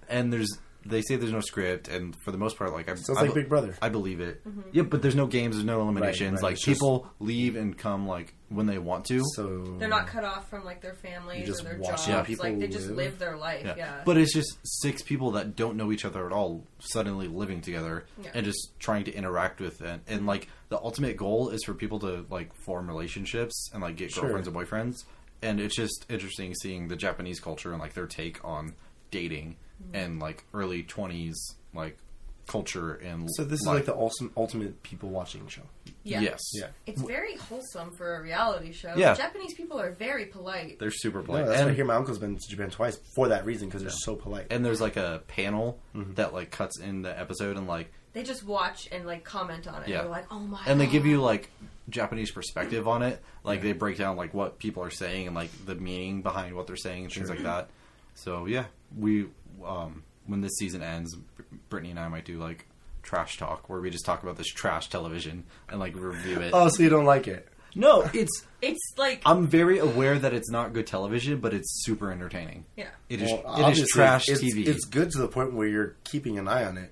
and there's they say there's no script, and for the most part, like I
Sounds
I,
like Big Brother.
I believe it. Yeah, but there's no games, there's no eliminations.
right,
Like
it's just-
people leave and come like when they want to.
So
They're not cut off from like their families
You just
or their
watch
jobs.
how
like
people
they just
live.
live, their life.
Yeah.
Yeah.
But it's just six people that don't know each other at all suddenly living together
Yeah.
and just trying to interact with and, and like the ultimate goal is for people to like form relationships and like get
Sure.
girlfriends and boyfriends. And it's just interesting seeing the Japanese culture and like their take on dating
Mm-hmm.
and like early twenties like culture and
So this is like the ultimate, ultimate people watching show.
yeah.
yes
Yeah.
It's very wholesome for a reality show.
Yeah.
Japanese people are very polite.
they're super
No,
polite
that's
and,
why I hear my uncle's been to Japan twice for that reason because they're so polite.
and there's like a panel
Mm-hmm.
that like cuts in the episode and like
They just watch and like comment on it.
Yeah.
They're like, oh my.
and they give
God.
you like Japanese perspective on it. Like they break down like what people are saying and like the meaning behind what they're saying and things like that. So yeah, we um, when this season ends, Br- Brittany and I might do like trash talk where we just talk about this trash television and like review it.
oh, so you don't like it?
no, it's
It's like
I'm very aware that it's not good television, but it's super entertaining.
yeah.
It is
Well,
it
obviously,
is trash
it's-
TV.
It's good to the point where you're keeping an eye on it.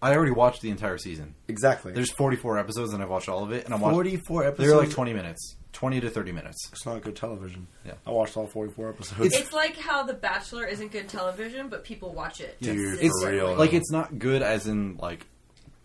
I already watched the entire season.
Exactly.
There's 44 episodes and I've watched all of it and I'm watching
44 episodes.
they're like 20 minutes, 20 to 30 minutes.
It's not good television.
Yeah.
I watched all 44 episodes.
It's like how The Bachelor isn't good television, but people watch it.
Dude,
it's
for real.
Like it's not good as in like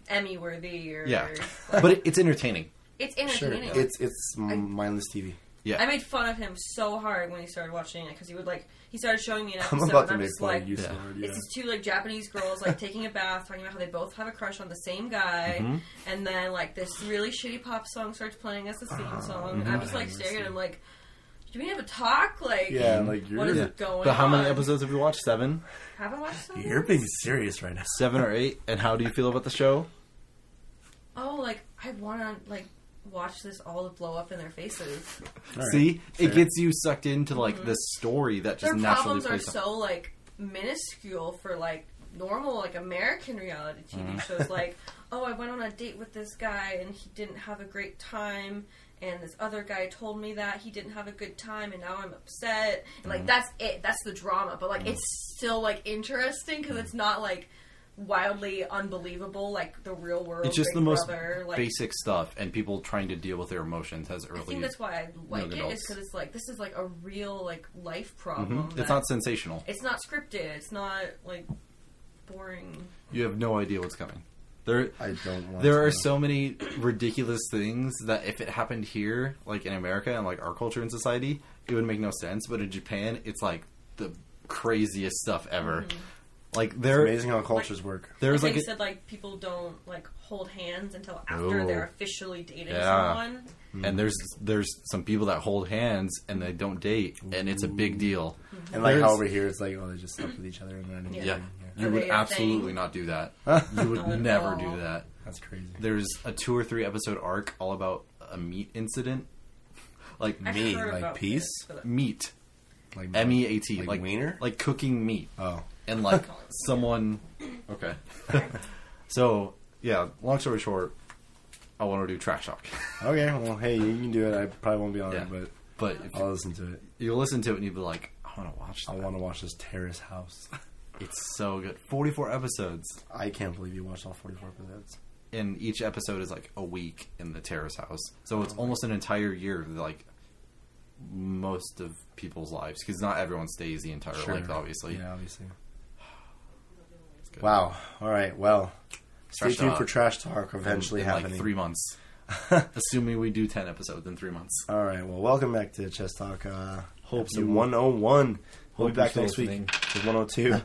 Emmy worthy or
yeah,
like,
but it, it's entertaining.
it's
sure.
entertaining.
It's it's mindless TV.
Yeah,
I made fun of him so hard when he started watching it because he would like he started showing me an
I'm
episode
about
and
to
I'm
make
just
fun
like
of you,
Yeah.
so hard, yeah.
it's these two like Japanese girls like taking a bath talking about how they both have a crush on the same guy
Mm-hmm.
and then like this really shitty pop song starts playing as the
Ah,
theme
mm-hmm.
song and I'm just like
Nice.
staring at him like do we have a talk like
Yeah, like
what
you're
is
yeah.
going
but how many
on?
episodes have you watched? Seven,
haven't watched some
you're being serious right now.
seven or eight? And how do you feel about the show?
oh like I want to like watch this all blow up in their faces
All right.
See,
Fair.
it gets you sucked into like this story that just
Mm-hmm. their
naturally
problems are
plays. out.
so like minuscule for like normal like American reality TV
Mm-hmm.
shows. Like, oh, I went on a date with this guy and he didn't have a great time, and this other guy told me that he didn't have a good time, and now I'm upset. And
Mm-hmm.
like that's it. That's the drama. But like it's still like interesting because
Mm-hmm.
it's not like wildly unbelievable like the real world.
it's just
Big
the most
Brother, like,
basic stuff, and people trying to deal with their emotions as
I
early.
think that's why I like it is
adults.
because it's like this is like a real like life problem.
Mhm.
that-
It's not sensational.
it's not scripted. It's not like boring.
You have no idea what's coming. There,
I don't want
there
to
are
know.
so many ridiculous things that if it happened here, like in America and like our culture and society, it would make no sense. But in Japan, it's like the craziest stuff ever.
Mm-hmm.
Like there,
amazing how cultures work.
there's
I
like
think
a,
you said like people don't like hold hands until after
No.
they're officially dating
Yeah.
someone.
Mm-hmm.
and there's there's some people that hold hands and they don't date, and it's a big deal.
And like how
There's-
over here it's like, oh, they just slept with each other and they're not
Yeah.
even
Yeah,
dating.
you
Are
would
they a
absolutely
thing?
not do that. You would never
all.
do that.
That's crazy.
There's a two or three episode arc all about a meat incident, like
I've
Me,
heard
like
about
peace?
this, but-
meat,
Like
M E A T,
Like
like
wiener?
like cooking meat.
Oh,
and like someone okay so yeah, long story short, I want to do Trash Talk.
Okay, well, hey, you can do it. I probably won't be on
yeah.
it,
But, but if
but I'll listen to it.
you listen to it and you'd be like, I want to watch
I
that.
want to watch this terrace house.
It's so good. 44 episodes,
I can't believe you watched all 44 episodes.
and each episode is like a week in the terrace house. So
Oh.
it's almost an entire year, of, like most of people's lives, because not everyone stays the entire life, obviously.
Yeah, obviously.
good.
Wow. All right. Well,
Trash
stay tuned
Talk.
for trash talk
In-
eventually
in,
happening.
like three months. Assuming we do 10 episodes in three months.
All right. Well, welcome back to Chess Talk. Uh, hope
Episode
101. We'll be
Hope you're
back
still
next week
listening.
with 102.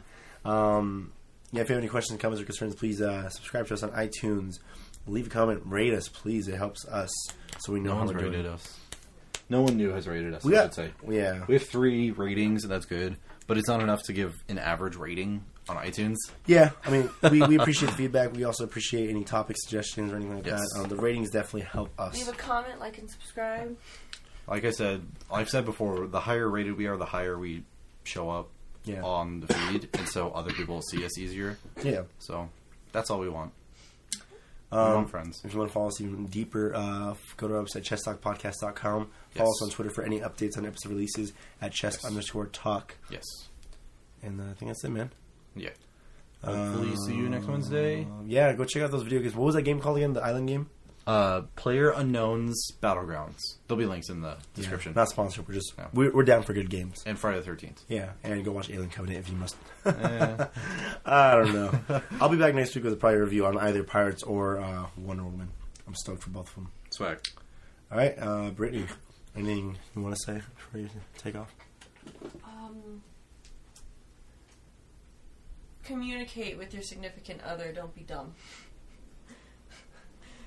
um, yeah, if you have any questions, comments, or concerns, please uh, subscribe to us on iTunes. Leave a comment, rate us, please. It helps us so we know
No
how
one's
we're
rated
doing.
us. No one new has rated us.
We
I
got,
would say
yeah,
we have three ratings, and that's good. But it's not enough to give an average rating on iTunes.
yeah. I mean, we, we appreciate feedback. We also appreciate any topic suggestions or anything like
Yes.
that. Um, the ratings definitely help us.
Leave a comment, like, and subscribe.
Like I said, I've said before, the higher rated we are, the higher we show up
Yeah.
on the feed, and so other people see us easier.
yeah.
So that's all we want.
Um,
we want friends.
If you want to follow us even deeper, uh, f- go to our website, chesstalkpodcast.com. Follow
Yes.
us on Twitter for any updates on episode releases at chess
Yes.
underscore talk.
Yes.
And uh, I think that's it, man.
Yeah. Hopefully, see you next Wednesday.
Um, yeah, go check out those video games. What was that game called again? The Island game?
Uh, Player Unknown's Battlegrounds. There'll be links in the description.
Not sponsored. We're just
No.
we're, we're down for good games.
and Friday the Thirteenth.
Yeah, and go watch Alien Covenant if you must.
Eh.
I don't know. I'll be back next week with a probably review on either Pirates or uh, Wonder Woman. I'm stoked for both of them.
Swag.
All right, uh, Brittany, anything you want to say before you take off?
Um, communicate with your significant other. Don't be dumb.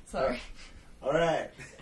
Sorry.
All right.